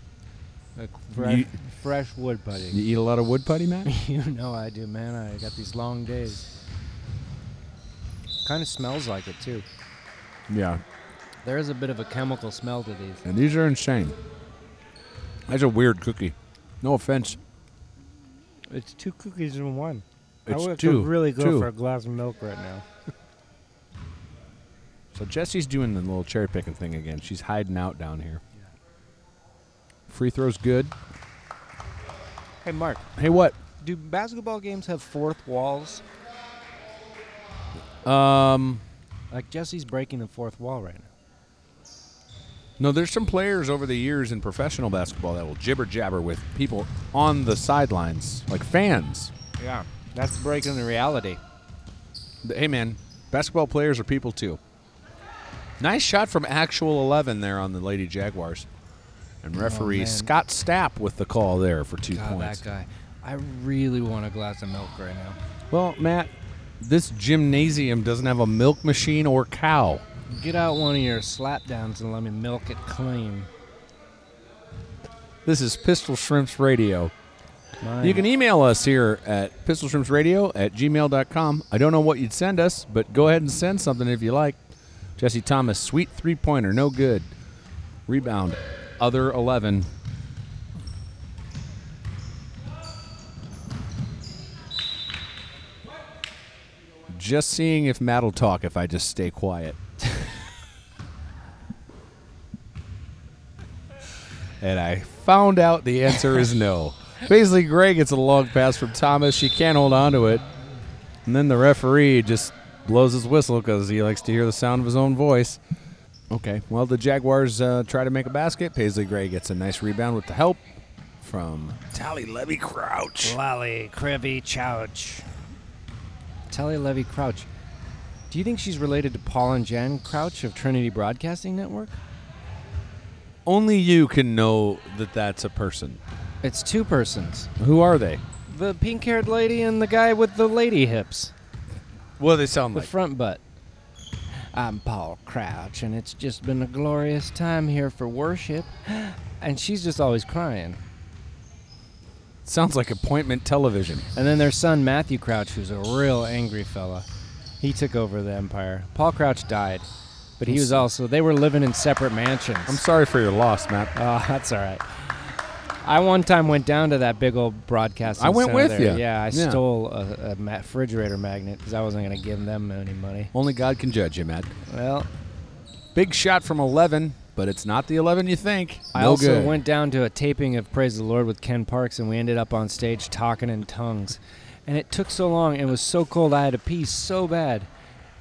[SPEAKER 1] Like fresh,
[SPEAKER 2] You-
[SPEAKER 1] fresh wood putty.
[SPEAKER 2] You eat a lot of wood putty,
[SPEAKER 1] <laughs>
[SPEAKER 2] Matt?
[SPEAKER 1] you know I do, man. I got these long days. Kind of smells like it too.
[SPEAKER 2] yeah.
[SPEAKER 1] There is a bit of a chemical smell to these.
[SPEAKER 2] And these are insane. That's a weird cookie. No offense.
[SPEAKER 5] It's two cookies in one.
[SPEAKER 2] It's
[SPEAKER 5] I would
[SPEAKER 2] two.
[SPEAKER 5] really go
[SPEAKER 2] two.
[SPEAKER 5] for a glass of milk right now.
[SPEAKER 2] So Jesse's doing the little cherry picking thing again. She's hiding out down here. Free throws good.
[SPEAKER 1] Hey, Mark,
[SPEAKER 2] Hey, what?
[SPEAKER 1] do basketball games have fourth walls?
[SPEAKER 2] Um,
[SPEAKER 1] Like Jesse's breaking the fourth wall right now.
[SPEAKER 2] no, there's some players over the years in professional basketball that will jibber jabber with people on the sidelines, like fans.
[SPEAKER 1] Yeah, that's breaking the reality.
[SPEAKER 2] Th- Hey, man, basketball players are people too. Nice shot from actual 11 there on the Lady Jaguars. And referee
[SPEAKER 1] Oh, man.
[SPEAKER 2] Scott Stapp with the call there for two
[SPEAKER 1] God,
[SPEAKER 2] points.
[SPEAKER 1] Ah, that guy. I really want a glass of milk right now.
[SPEAKER 2] Well, Matt, this gymnasium doesn't have a milk machine or cow.
[SPEAKER 1] Get out one of your slapdowns and let me milk it clean.
[SPEAKER 2] This is Pistol Shrimps Radio.
[SPEAKER 1] Mine-
[SPEAKER 2] You can email us here at pistolshrimpsradio at gmail.com. I don't know what you'd send us, but go ahead and send something if you like. Jesse Thomas, sweet three pointer, no good. Rebound, other 11. Just seeing if Matt'll talk if I just stay quiet. and I found out the answer is no. Paisley Gray gets a long pass from Thomas. She can't hold on to it. And then the referee just blows his whistle because he likes to hear the sound of his own voice. Okay, well, the Jaguars uh, try to make a basket. Paisley Gray gets a nice rebound with the help from Tally Levy Crouch.
[SPEAKER 1] Lolly Crivy Chouch. Telly Levy Crouch. Do you think she's related to Paul and Jan Crouch of Trinity Broadcasting Network?
[SPEAKER 2] Only you can know that that's a person.
[SPEAKER 1] It's two persons.
[SPEAKER 2] Who are they?
[SPEAKER 1] The pink haired lady and the guy with the lady hips.
[SPEAKER 2] What do they sound
[SPEAKER 1] The
[SPEAKER 2] like?
[SPEAKER 1] front butt. I'm Paul Crouch, and it's just been a glorious time here for worship. <gasps> And she's just always crying.
[SPEAKER 2] Sounds like appointment television.
[SPEAKER 1] And then their son, Matthew Crouch, who's a real angry fella. He took over the empire. Paul Crouch died, but he was also, they were living in separate mansions.
[SPEAKER 2] I'm sorry for your loss, Matt.
[SPEAKER 1] <laughs> Oh, that's all right. I one time went down to that big old broadcasting.
[SPEAKER 2] I went
[SPEAKER 1] center
[SPEAKER 2] with
[SPEAKER 1] there.
[SPEAKER 2] ya.
[SPEAKER 1] Yeah, I
[SPEAKER 2] Yeah.
[SPEAKER 1] stole a, a ma- refrigerator magnet because I wasn't going to give them any money.
[SPEAKER 2] Only God can judge you, Matt.
[SPEAKER 1] Well,
[SPEAKER 2] Big shot from 11, but it's not the 11 you think.
[SPEAKER 1] I
[SPEAKER 2] No
[SPEAKER 1] also
[SPEAKER 2] good.
[SPEAKER 1] went down to a taping of Praise the Lord with Ken Parks, and we ended up on stage talking in tongues. And it took so long, and it was so cold, I had to pee so bad.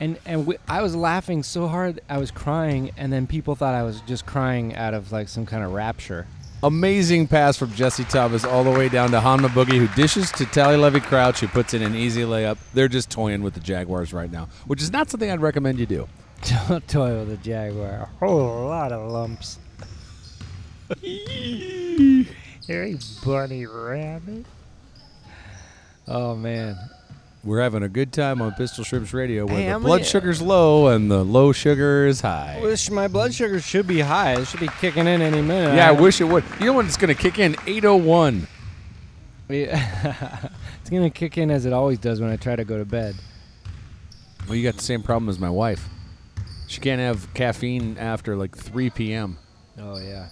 [SPEAKER 1] And, and we, I was laughing so hard, I was crying, and then people thought I was just crying out of like some kind of rapture.
[SPEAKER 2] Amazing pass from Jesse Tavas all the way down to Hamna Boogie, who dishes to Tally Levy Crouch, who puts in an easy layup. They're just toying with the Jaguars right now, which is not something I'd recommend you do.
[SPEAKER 5] Don't toy with a jaguar. A whole lot of
[SPEAKER 2] <laughs>
[SPEAKER 5] lumps. hey, bunny rabbit.
[SPEAKER 1] Oh man.
[SPEAKER 2] We're having a good time on Pistol Shrimps Radio where
[SPEAKER 1] Hey,
[SPEAKER 2] the
[SPEAKER 1] I'm
[SPEAKER 2] blood
[SPEAKER 1] gonna-
[SPEAKER 2] sugar's low and the low sugar is high.
[SPEAKER 1] Wish my blood sugar should be high. It should be kicking in any minute.
[SPEAKER 2] yeah, I wish it would. You know when it's going to kick in? 801.
[SPEAKER 1] Yeah. <laughs> it's gonna kick in as it always does when I try to go to bed.
[SPEAKER 2] Well, you got the same problem as my wife. She can't have caffeine after like 3 p.m.
[SPEAKER 1] Oh yeah.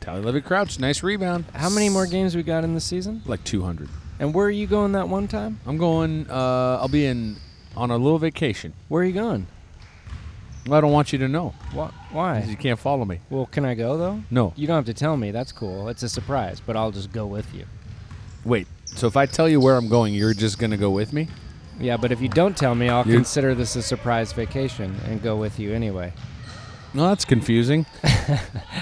[SPEAKER 2] Tally Levy Crouch, nice rebound.
[SPEAKER 1] How many more games we got in the season?
[SPEAKER 2] Like 200.
[SPEAKER 1] And where are you going that one time?
[SPEAKER 2] I'm going, uh, I'll be in on a little vacation.
[SPEAKER 1] Where are you going?
[SPEAKER 2] Well, I don't want you to know.
[SPEAKER 1] Why?
[SPEAKER 2] 'cause
[SPEAKER 1] Why?
[SPEAKER 2] You can't follow me.
[SPEAKER 1] Well, can I go though?
[SPEAKER 2] No.
[SPEAKER 1] You don't have to tell me. That's cool. It's a surprise, but I'll just go with you.
[SPEAKER 2] Wait. So if I tell you where I'm going, you're just going to go with me?
[SPEAKER 1] Yeah, but if you don't tell me, I'll
[SPEAKER 2] You-
[SPEAKER 1] consider this a surprise vacation and go with you anyway.
[SPEAKER 2] No, that's confusing.
[SPEAKER 1] <laughs> I'm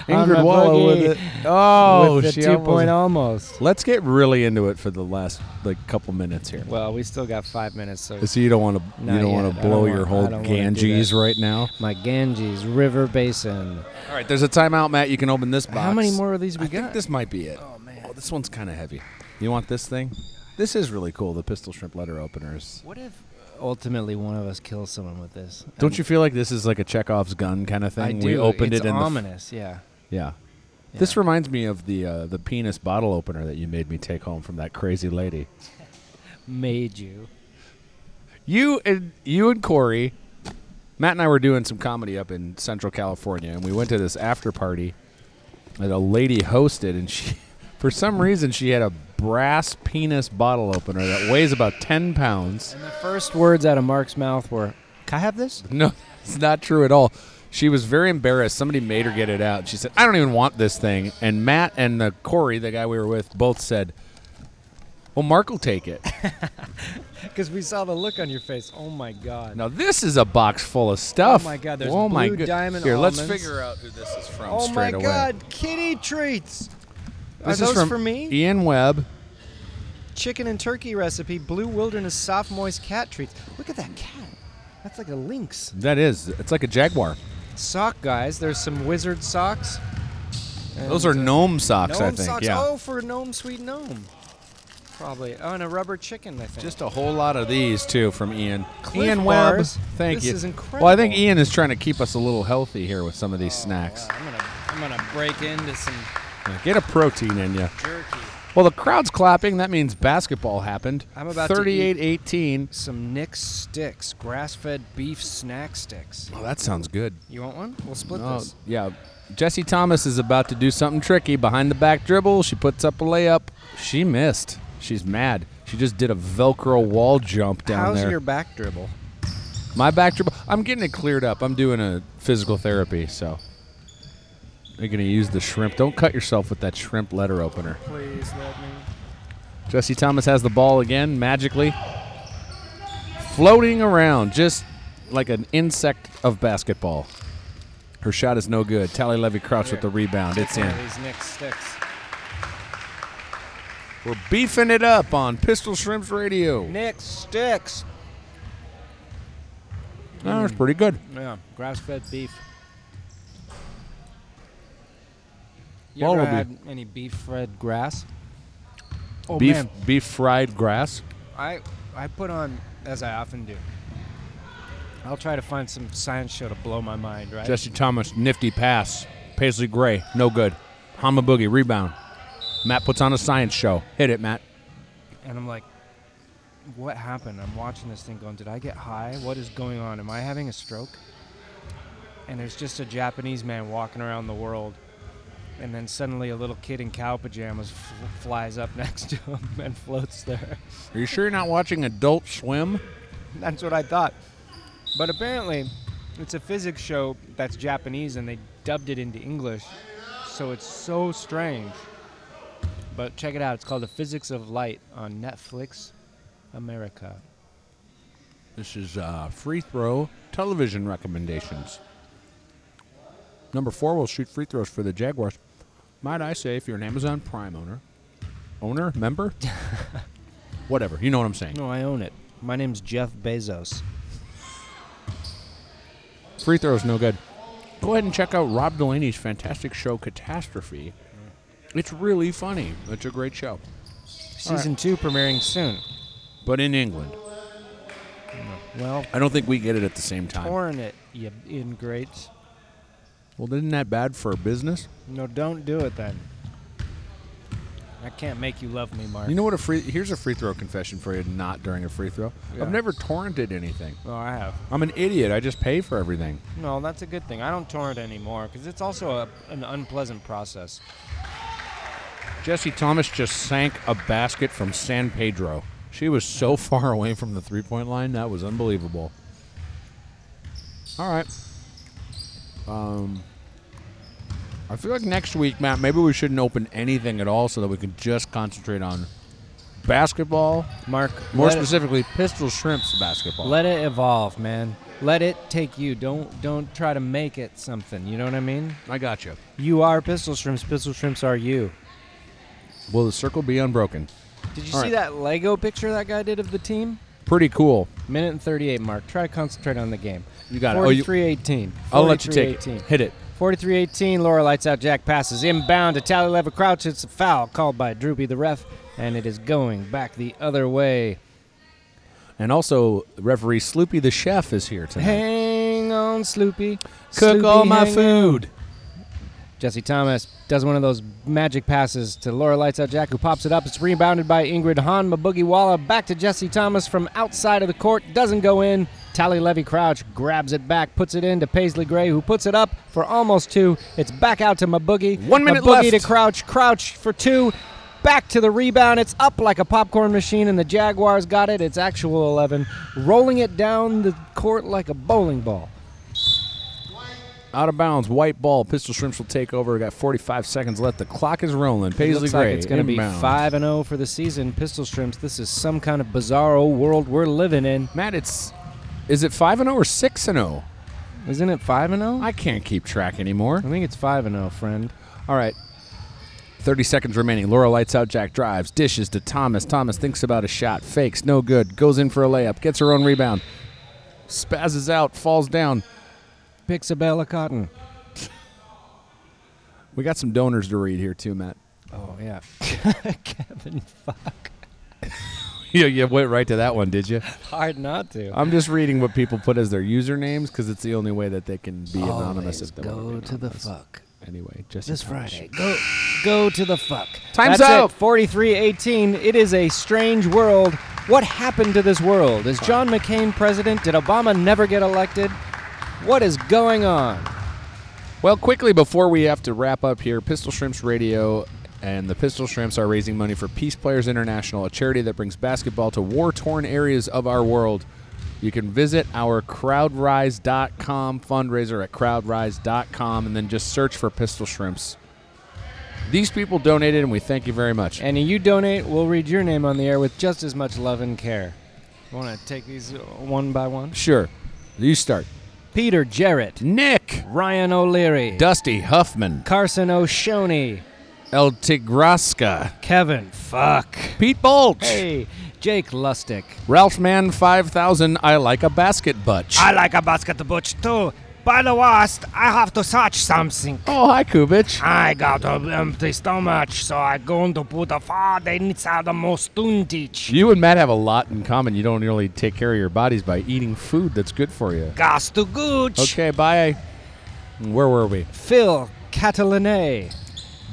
[SPEAKER 2] Ingrid
[SPEAKER 1] a
[SPEAKER 2] Waller
[SPEAKER 1] boogie.
[SPEAKER 2] with it. Oh,
[SPEAKER 1] with the
[SPEAKER 2] she
[SPEAKER 1] 2.0
[SPEAKER 2] almost-
[SPEAKER 1] almost.
[SPEAKER 2] Let's get really into it for the last like couple minutes here.
[SPEAKER 1] Well, we still got five minutes, so
[SPEAKER 2] So you don't want to
[SPEAKER 1] Not
[SPEAKER 2] you don't want
[SPEAKER 1] yet.
[SPEAKER 2] to
[SPEAKER 1] I don't
[SPEAKER 2] blow
[SPEAKER 1] want-
[SPEAKER 2] your
[SPEAKER 1] I
[SPEAKER 2] whole
[SPEAKER 1] don't wanna do
[SPEAKER 2] Ganges
[SPEAKER 1] that.
[SPEAKER 2] right now.
[SPEAKER 1] my Ganges River Basin.
[SPEAKER 2] All right, there's a timeout, Matt. You can open this box.
[SPEAKER 1] How many more of these we
[SPEAKER 2] I
[SPEAKER 1] got?
[SPEAKER 2] think this might be it. Oh man, this one's kind of heavy. You want this thing? This is really cool. The pistol shrimp letter openers.
[SPEAKER 1] what if ultimately one of us kills someone with this?
[SPEAKER 2] Don't you feel like this is like a Chekhov's gun kind of thing?
[SPEAKER 1] I do.
[SPEAKER 2] We opened
[SPEAKER 1] it's
[SPEAKER 2] it in
[SPEAKER 1] ominous. yeah.
[SPEAKER 2] the yeah. This
[SPEAKER 1] Yeah.
[SPEAKER 2] reminds me of the uh, the penis bottle opener that you made me take home from that crazy lady.
[SPEAKER 1] Made you.
[SPEAKER 2] You and you and Corey, Matt and I were doing some comedy up in Central California, and we went to this after party that a lady hosted, and she, <laughs> for some reason, she had a brass penis bottle opener that weighs about ten pounds.
[SPEAKER 1] And the first words out of Mark's mouth were, "Can I have this?" <laughs>
[SPEAKER 2] No, <laughs> it's not true at all. She was very embarrassed. Somebody made her get it out. She said, "I don't even want this thing." And Matt and the Corey, the guy we were with, both said, "Well, Mark will take it."
[SPEAKER 1] Because we saw the look on your face. Oh my God.
[SPEAKER 2] Now this is a box full of stuff.
[SPEAKER 1] Oh my God, there's
[SPEAKER 2] oh my
[SPEAKER 1] blue
[SPEAKER 2] good-
[SPEAKER 1] diamond
[SPEAKER 2] Here, let's
[SPEAKER 1] almonds.
[SPEAKER 2] figure out who this is from
[SPEAKER 1] Oh my
[SPEAKER 2] straight away.
[SPEAKER 1] God! Kitty treats.
[SPEAKER 2] This
[SPEAKER 1] Are
[SPEAKER 2] is
[SPEAKER 1] those
[SPEAKER 2] from
[SPEAKER 1] for me?
[SPEAKER 2] Ian Webb.
[SPEAKER 1] Chicken and turkey recipe. Blue Wilderness soft moist cat treats. Look at that cat. That's like a lynx.
[SPEAKER 2] That is, it's like a jaguar.
[SPEAKER 1] Sock guys. There's some wizard socks. And,
[SPEAKER 2] Those are
[SPEAKER 1] uh,
[SPEAKER 2] gnome socks,
[SPEAKER 1] gnome
[SPEAKER 2] I think.
[SPEAKER 1] socks.
[SPEAKER 2] Yeah.
[SPEAKER 1] Oh, for gnome sweet gnome. Probably. Oh, and a rubber chicken. I think.
[SPEAKER 2] Just a whole lot of these too from Ian.
[SPEAKER 1] Clif
[SPEAKER 2] Ian
[SPEAKER 1] bars.
[SPEAKER 2] Webb. Thank
[SPEAKER 1] This
[SPEAKER 2] you.
[SPEAKER 1] is
[SPEAKER 2] Well, I think
[SPEAKER 1] incredible. Oh,
[SPEAKER 2] Ian is trying to keep us a little healthy here with some of these snacks.
[SPEAKER 1] Wow, I'm gonna. I'm gonna break into some
[SPEAKER 2] Get a protein in you.
[SPEAKER 1] jerky.
[SPEAKER 2] Well, the crowd's clapping. That means basketball happened.
[SPEAKER 1] I'm about to eat.
[SPEAKER 2] 38-18.
[SPEAKER 1] Some Nick's sticks, grass-fed beef snack sticks.
[SPEAKER 2] Oh, that sounds good.
[SPEAKER 1] You want one? We'll split
[SPEAKER 2] Oh,
[SPEAKER 1] this.
[SPEAKER 2] yeah. Jesse Thomas is about to do something tricky behind the back dribble. She puts up a layup. She missed. She's mad. She just did a Velcro wall jump down
[SPEAKER 1] How's
[SPEAKER 2] there.
[SPEAKER 1] your back dribble?
[SPEAKER 2] My back dribble. I'm getting it cleared up. I'm doing a physical therapy, so you're gonna use the shrimp. Don't cut yourself with that shrimp letter opener.
[SPEAKER 1] Please let me.
[SPEAKER 2] Jesse Thomas has the ball again magically, floating around just like an insect of basketball. Her shot is no good. Tally Levy Crouch with the rebound. It's
[SPEAKER 1] One
[SPEAKER 2] in.
[SPEAKER 1] of these Nick's sticks.
[SPEAKER 2] We're beefing it up on Pistol Shrimps Radio.
[SPEAKER 1] Nick's sticks.
[SPEAKER 2] No, it's pretty good.
[SPEAKER 1] Yeah, grass-fed beef. You
[SPEAKER 2] Well,
[SPEAKER 1] ever
[SPEAKER 2] it'll
[SPEAKER 1] had
[SPEAKER 2] be-
[SPEAKER 1] any beef-fed grass? Oh
[SPEAKER 2] beef,
[SPEAKER 1] man,
[SPEAKER 2] beef fried grass.
[SPEAKER 1] I I put on as I often do. I'll try to find some science show to blow my mind, right?
[SPEAKER 2] Jesse Thomas, nifty pass. Paisley Gray, no good. Hama Boogie, rebound. Matt puts on a science show. Hit it, Matt.
[SPEAKER 1] and I'm like, what happened? I'm watching this thing going, did I get high? What is going on? Am I having a stroke? And there's just a Japanese man walking around the world. And then suddenly a little kid in cow pajamas f- flies up <laughs> next to him and floats there.
[SPEAKER 2] Are you sure you're not watching Adult Swim?
[SPEAKER 1] That's what I thought. But apparently, it's a physics show that's Japanese and they dubbed it into English. So it's so strange. But check it out. It's called The Physics of Light on Netflix America.
[SPEAKER 2] This is uh, free throw television recommendations. Number four will shoot free throws for the Jaguars. might I say, if you're an Amazon Prime owner, owner,
[SPEAKER 1] <laughs>
[SPEAKER 2] member, whatever, you know what I'm saying.
[SPEAKER 1] No, I own it. My name's Jeff Bezos.
[SPEAKER 2] Free throw's no good. Go ahead and check out Rob Delaney's fantastic show, Catastrophe. It's really funny. It's a great show,
[SPEAKER 1] Season two premiering soon.
[SPEAKER 2] but in England,
[SPEAKER 1] Well,
[SPEAKER 2] I don't think we get it at the same time.
[SPEAKER 1] torn it, you ingrates.
[SPEAKER 2] Well, isn't that bad for business?
[SPEAKER 1] No, don't do it then. I can't make you love me, Mark.
[SPEAKER 2] You know what? A free here's a free throw confession for you. Not during a free throw.
[SPEAKER 1] Yeah.
[SPEAKER 2] I've never torrented anything.
[SPEAKER 1] oh, I have.
[SPEAKER 2] I'm an idiot. I just pay for everything.
[SPEAKER 1] No, that's a good thing. I don't torrent anymore because it's also a, an unpleasant process.
[SPEAKER 2] Jesse Thomas just sank a basket from San Pedro. She was so <laughs> far away from the three point line, that was unbelievable. All right. Um, I feel like next week, Matt, maybe we shouldn't open anything at all so that we can just concentrate on basketball,
[SPEAKER 1] Mark,
[SPEAKER 2] more
[SPEAKER 1] let it-
[SPEAKER 2] specifically, Pistol Shrimps basketball.
[SPEAKER 1] let it evolve, man. Let it take you. Don't don't try to make it something. You know what I mean?
[SPEAKER 2] I got you.
[SPEAKER 1] You are pistol shrimps. Pistol shrimps are you.
[SPEAKER 2] Will the circle be unbroken?
[SPEAKER 1] Did you
[SPEAKER 2] All
[SPEAKER 1] see
[SPEAKER 2] right.
[SPEAKER 1] that Lego picture that guy did of the team?
[SPEAKER 2] Pretty cool.
[SPEAKER 1] Minute and 38, Mark. Try to concentrate on the game.
[SPEAKER 2] You got it. Oh, you-
[SPEAKER 1] 43 18.
[SPEAKER 2] I'll let you take it.
[SPEAKER 1] 43-18.
[SPEAKER 2] Hit it.
[SPEAKER 1] 43 18. Laura lights out. Jack passes inbound to Tally Lever Crouch. It's a foul called by Droopy the ref, and it is going back the other way.
[SPEAKER 2] And also, referee Sloopy the Chef is here tonight.
[SPEAKER 1] Hang on, Sloopy.
[SPEAKER 2] Cook
[SPEAKER 1] Sloopy,
[SPEAKER 2] all my
[SPEAKER 1] hang
[SPEAKER 2] food.
[SPEAKER 1] Jesse Thomas does one of those magic passes to Laura Lights Out Jack, who pops it up. It's rebounded by Ingrid Hahn Mabugiwala. Back to Jesse Thomas from outside of the court. Doesn't go in. Tally Levy Crouch grabs it back, puts it in to Paisley Gray, who puts it up for almost two. It's back out to Mabugi.
[SPEAKER 2] One minute
[SPEAKER 1] Mabugi to
[SPEAKER 2] left.
[SPEAKER 1] Crouch. Crouch for two. Back to the rebound. It's up like a popcorn machine, and the Jaguars got it. It's actual 11. Rolling it down the court like a bowling ball.
[SPEAKER 2] Out of bounds, white ball. Pistol Shrimps will take over. We got 45 seconds left. The clock is rolling. Paisley
[SPEAKER 1] looks
[SPEAKER 2] Gray.
[SPEAKER 1] like it's going to be
[SPEAKER 2] inbound.
[SPEAKER 1] five and zero for the season. Pistol shrimps. This is some kind of bizarro world we're living in,
[SPEAKER 2] Matt, it's is it five and zero or six and zero?
[SPEAKER 1] isn't it? Five and zero.
[SPEAKER 2] I can't keep track anymore.
[SPEAKER 1] I think it's five and zero, friend.
[SPEAKER 2] All right. 30 seconds remaining. Laura lights out. Jack drives. Dishes to Thomas. Thomas thinks about a shot. Fakes. No good. Goes in for a layup. Gets her own rebound. Spazzes out. Falls down.
[SPEAKER 1] Picks a bale of cotton.
[SPEAKER 2] We got some donors to read here, too, Matt.
[SPEAKER 1] Oh yeah, <laughs> Kevin. Fuck.
[SPEAKER 2] <laughs> yeah, you went right to that one, did you?
[SPEAKER 1] Hard not to.
[SPEAKER 2] I'm just reading what people put as their usernames because it's the only way that they can be anonymous.
[SPEAKER 1] Always
[SPEAKER 2] if they wanna
[SPEAKER 1] go
[SPEAKER 2] be
[SPEAKER 1] to the
[SPEAKER 2] anonymous.
[SPEAKER 1] fuck.
[SPEAKER 2] Anyway, just
[SPEAKER 1] This Friday. Go, go to the fuck.
[SPEAKER 2] Time's
[SPEAKER 1] That's
[SPEAKER 2] up.
[SPEAKER 1] It. 43-18. It is a strange world. What happened to this world? Is John McCain president? Did Obama never get elected? What is going on?
[SPEAKER 2] Well, quickly before we have to wrap up here, Pistol Shrimps Radio and the Pistol Shrimps are raising money for Peace Players International, a charity that brings basketball to war-torn areas of our world. You can visit our crowdrise.com fundraiser at crowdrise.com and then just search for Pistol Shrimps. These people donated, and we thank you very much.
[SPEAKER 1] And if you donate, we'll read your name on the air with just as much love and care. Want to take these uh, one by one?
[SPEAKER 2] Sure, you start.
[SPEAKER 1] Peter Jarrett,
[SPEAKER 2] Nick.
[SPEAKER 1] Ryan O'Leary,
[SPEAKER 2] Dusty Huffman,
[SPEAKER 1] Carson O'Shoney,
[SPEAKER 2] El Tigraska,
[SPEAKER 1] Kevin Fuck,
[SPEAKER 2] Pete Bulch,
[SPEAKER 1] hey, Jake Lustick.
[SPEAKER 2] Ralph Man 5000, I Like a Basket Butch.
[SPEAKER 1] like a basket butch too. By the worst, I have to search something.
[SPEAKER 2] oh, hi, Kubich.
[SPEAKER 1] I got an empty stomach, so I going to put a fart inside the most tuntage.
[SPEAKER 2] You and Matt have a lot in common. You don't really take care of your bodies by eating food that's good for you.
[SPEAKER 1] Gas to gooch.
[SPEAKER 2] Okay, bye. Where were we?
[SPEAKER 1] Phil Catalinay,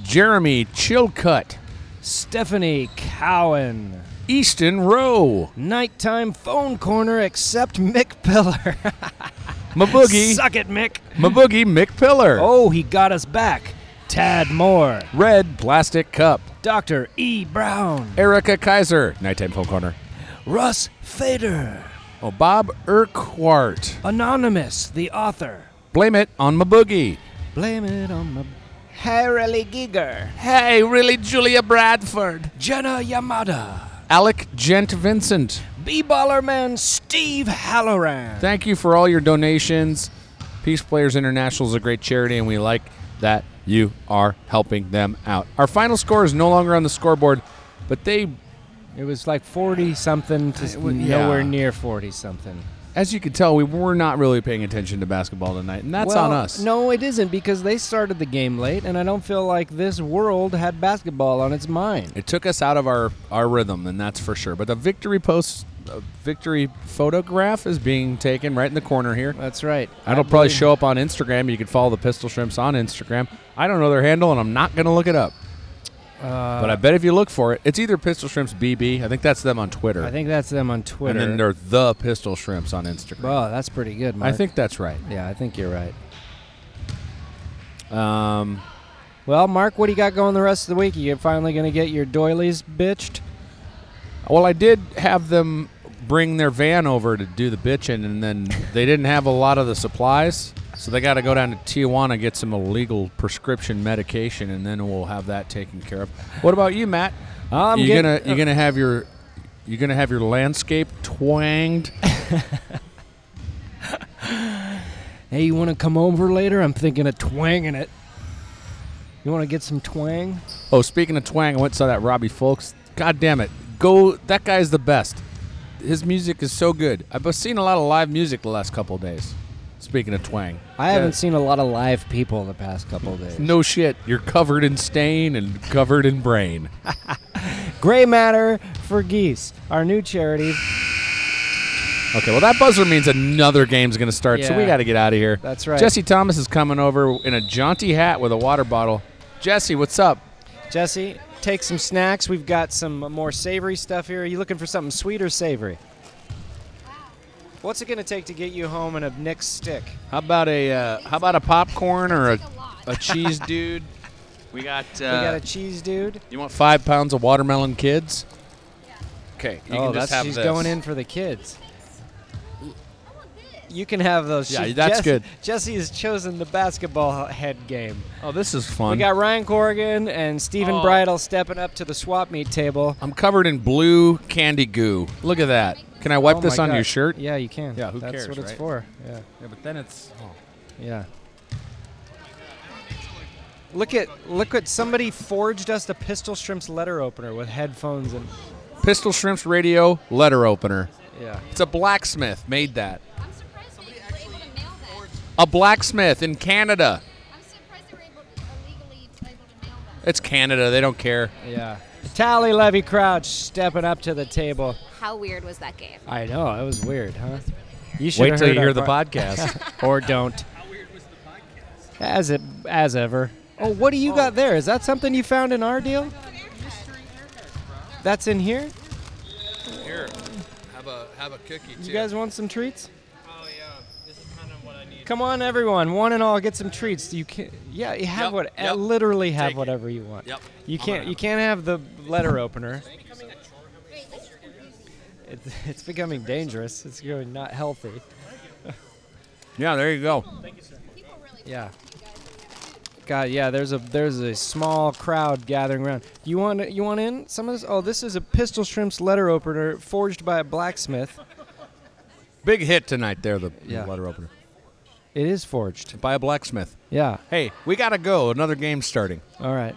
[SPEAKER 2] Jeremy Chilcutt,
[SPEAKER 1] Stephanie Cowan.
[SPEAKER 2] Easton Rowe,
[SPEAKER 1] Nighttime phone corner except Mick <laughs> Pillar.
[SPEAKER 2] Maboogie,
[SPEAKER 1] Suck it, Mick.
[SPEAKER 2] Maboogie McPillar,
[SPEAKER 1] Oh, he got us back. Tad Moore.
[SPEAKER 2] Red Plastic Cup,
[SPEAKER 1] Dr. E. Brown.
[SPEAKER 2] Erica Kaiser, Nighttime Phone Corner,
[SPEAKER 1] Russ Fader.
[SPEAKER 2] oh, Bob Urquhart,
[SPEAKER 1] Anonymous, the author.
[SPEAKER 2] Blame It on Maboogie,
[SPEAKER 1] Blame it on the. Harley Giger.
[SPEAKER 2] Hey, really, Julia Bradford.
[SPEAKER 1] Jenna Yamada.
[SPEAKER 2] Alec Gent Vincent.
[SPEAKER 1] B-baller man Steve Halloran.
[SPEAKER 2] Thank you for all your donations. Peace Players International is a great charity, and we like that you are helping them out. Our final score is no longer on the scoreboard, but they
[SPEAKER 1] It was like 40 something to s-
[SPEAKER 2] It wa-
[SPEAKER 1] nowhere
[SPEAKER 2] yeah.
[SPEAKER 1] near 40 something.
[SPEAKER 2] as you can tell, we were not really paying attention to basketball tonight, and that's
[SPEAKER 1] well,
[SPEAKER 2] on us.
[SPEAKER 1] No, it isn't because they started the game late, and I don't feel like this world had basketball on its mind.
[SPEAKER 2] It took us out of our, our rhythm, and that's for sure. But the victory post, uh, victory photograph is being taken right in the corner here.
[SPEAKER 1] That's right.
[SPEAKER 2] That'll probably show up on Instagram. You can follow the Pistol Shrimps on Instagram. I don't know their handle, and I'm not going to look it up.
[SPEAKER 1] Uh,
[SPEAKER 2] but I bet if you look for it, it's either Pistol Shrimps BB. I think that's them on Twitter.
[SPEAKER 1] I think that's them on Twitter.
[SPEAKER 2] And then they're the Pistol Shrimps on Instagram.
[SPEAKER 1] Wow, that's pretty good,
[SPEAKER 2] I
[SPEAKER 1] Mark.
[SPEAKER 2] think that's right.
[SPEAKER 1] Yeah, I think you're right.
[SPEAKER 2] Um,
[SPEAKER 1] Well, Mark, what do you got going the rest of the week? You're finally going to get your doilies bitched?
[SPEAKER 2] well, I did have them bring their van over to do the bitching, and then they didn't have a lot of the supplies, so they got to go down to Tijuana get some illegal prescription medication, and then we'll have that taken care of. What about you, Matt?
[SPEAKER 1] I'm
[SPEAKER 2] you
[SPEAKER 1] getting-
[SPEAKER 2] gonna you gonna have your you gonna have your landscape
[SPEAKER 1] <laughs>
[SPEAKER 2] twanged.
[SPEAKER 1] Hey, you want to come over later? I'm thinking of twanging it. You want to get some twang?
[SPEAKER 2] Oh, speaking of twang, I went and saw that Robbie Folks. God damn it. Go that guy's the best. His music is so good. I've been seeing a lot of live music the last couple of days. Speaking of twang.
[SPEAKER 1] I haven't seen a lot of live people the past couple of days.
[SPEAKER 2] No shit. You're covered in stain and covered in brain.
[SPEAKER 1] Gray Matter for Geese, our new charity.
[SPEAKER 2] Okay, well that buzzer means another game's gonna start, so we
[SPEAKER 1] Yeah.
[SPEAKER 2] gotta get out of here.
[SPEAKER 1] That's right.
[SPEAKER 2] Jesse Thomas is coming over in a jaunty hat with a water bottle. Jesse, what's up?
[SPEAKER 1] Jesse, take some snacks. We've got some more savory stuff here. Are you looking for something sweet or savory? What's it going to take to get you home in a Nick's stick?
[SPEAKER 2] How about a uh, how about a popcorn or a, a cheese dude? We got
[SPEAKER 1] we
[SPEAKER 2] uh,
[SPEAKER 1] got a cheese dude.
[SPEAKER 2] You want five pounds of watermelon, kids? Okay, you
[SPEAKER 1] oh,
[SPEAKER 2] can just
[SPEAKER 1] that's
[SPEAKER 2] have
[SPEAKER 1] she's
[SPEAKER 2] this.
[SPEAKER 1] going in for the kids. You can have those.
[SPEAKER 2] Yeah,
[SPEAKER 1] She-
[SPEAKER 2] that's
[SPEAKER 1] Jess-
[SPEAKER 2] good.
[SPEAKER 1] Jesse has chosen the basketball head game.
[SPEAKER 2] Oh, this is fun.
[SPEAKER 1] We got Ryan Corrigan and Stephen Bridle stepping up to the swap meet table.
[SPEAKER 2] I'm covered in blue candy goo. Look at that. Can I wipe
[SPEAKER 1] Oh
[SPEAKER 2] this
[SPEAKER 1] my
[SPEAKER 2] on your
[SPEAKER 1] God.
[SPEAKER 2] shirt?
[SPEAKER 1] Yeah, you can.
[SPEAKER 2] Yeah, who
[SPEAKER 1] That's
[SPEAKER 2] cares,
[SPEAKER 1] what it's
[SPEAKER 2] right?
[SPEAKER 1] for. Yeah,
[SPEAKER 2] but then it's.
[SPEAKER 1] oh. yeah. Look at look at somebody forged us a pistol shrimp's letter opener with headphones and
[SPEAKER 2] Pistol Shrimps Radio letter opener.
[SPEAKER 1] yeah.
[SPEAKER 2] It's a blacksmith made that.
[SPEAKER 4] I'm surprised we were able to mail that.
[SPEAKER 2] A blacksmith in Canada.
[SPEAKER 4] I'm surprised they were able to illegally able to mail that.
[SPEAKER 2] It's Canada. They don't care.
[SPEAKER 1] Yeah. Tally Levy Crouch stepping up to the table.
[SPEAKER 4] How weird was that game?
[SPEAKER 1] I know, that was weird, huh? You should
[SPEAKER 2] Wait till you hear the
[SPEAKER 1] <laughs>
[SPEAKER 2] podcast.
[SPEAKER 1] or don't. As it as ever. Oh, what do you got there? Is that something you found in our deal? That's in here.
[SPEAKER 2] here, have a have a cookie too.
[SPEAKER 1] You guys want some treats?
[SPEAKER 2] Oh,
[SPEAKER 1] Come on, everyone, one and all, get some treats. You can, yeah, you have
[SPEAKER 2] Yep,
[SPEAKER 1] what,
[SPEAKER 2] yep.
[SPEAKER 1] literally have
[SPEAKER 2] Take it.
[SPEAKER 1] whatever you want.
[SPEAKER 2] Yep,
[SPEAKER 1] You
[SPEAKER 2] I'm
[SPEAKER 1] can't,
[SPEAKER 2] gonna
[SPEAKER 1] you can't have the letter opener. It's, <laughs> it's becoming dangerous. It's going not healthy.
[SPEAKER 2] yeah, there you go.
[SPEAKER 1] Yeah. God, yeah. There's a there's a small crowd gathering around. You want you want in some of this? Oh, this is a pistol shrimp's letter opener forged by a blacksmith.
[SPEAKER 2] Big hit tonight there. The the
[SPEAKER 1] Yeah.
[SPEAKER 2] letter opener
[SPEAKER 1] It is forged.
[SPEAKER 2] by a blacksmith.
[SPEAKER 1] Yeah.
[SPEAKER 2] Hey, we gotta go. Another game's starting.
[SPEAKER 1] All right.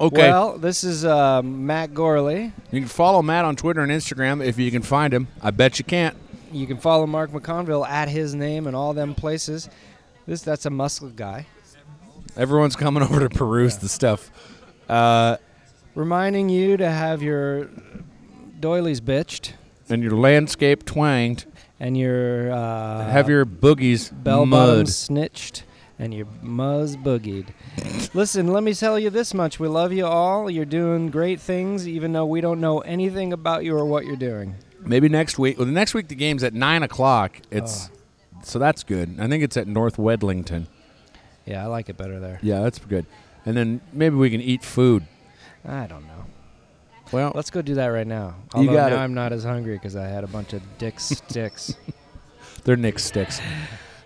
[SPEAKER 2] Okay.
[SPEAKER 1] Well, this is uh, Matt Gorley.
[SPEAKER 2] you can follow Matt on Twitter and Instagram if you can find him. I bet you can't.
[SPEAKER 1] You can follow Mark McConville at his name and all them places. This that's a muscle guy.
[SPEAKER 2] Everyone's coming <laughs> over to peruse the stuff. Uh,
[SPEAKER 1] Reminding you to have your doilies bitched
[SPEAKER 2] and your landscape twanged.
[SPEAKER 1] and your uh,
[SPEAKER 2] Have your boogies
[SPEAKER 1] bell
[SPEAKER 2] mud.
[SPEAKER 1] bottoms snitched and your muzz
[SPEAKER 2] <laughs>
[SPEAKER 1] boogied. Listen, let me tell you this much. We love you all. You're doing great things, even though we don't know anything about you or what you're doing.
[SPEAKER 2] Maybe next week. Well, the next week the game's at nine o'clock. It's
[SPEAKER 1] Ah.
[SPEAKER 2] so that's good. I think it's at North Wedlington.
[SPEAKER 1] Yeah, I like it better there.
[SPEAKER 2] Yeah, that's good. And then maybe we can eat food.
[SPEAKER 1] I don't know.
[SPEAKER 2] Well,
[SPEAKER 1] Let's go do that right now.
[SPEAKER 2] You
[SPEAKER 1] Although
[SPEAKER 2] got
[SPEAKER 1] now
[SPEAKER 2] it.
[SPEAKER 1] I'm not as hungry because I had a bunch of
[SPEAKER 2] <laughs>
[SPEAKER 1] dick sticks.
[SPEAKER 2] they're
[SPEAKER 1] <sighs>
[SPEAKER 2] Nick sticks.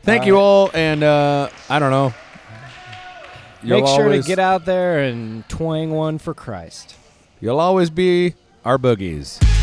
[SPEAKER 2] Thank you all, and uh, I don't know.
[SPEAKER 1] Make
[SPEAKER 2] You'll
[SPEAKER 1] sure
[SPEAKER 2] always-
[SPEAKER 1] to get out there and twang one for Christ.
[SPEAKER 2] You'll always be our boogies.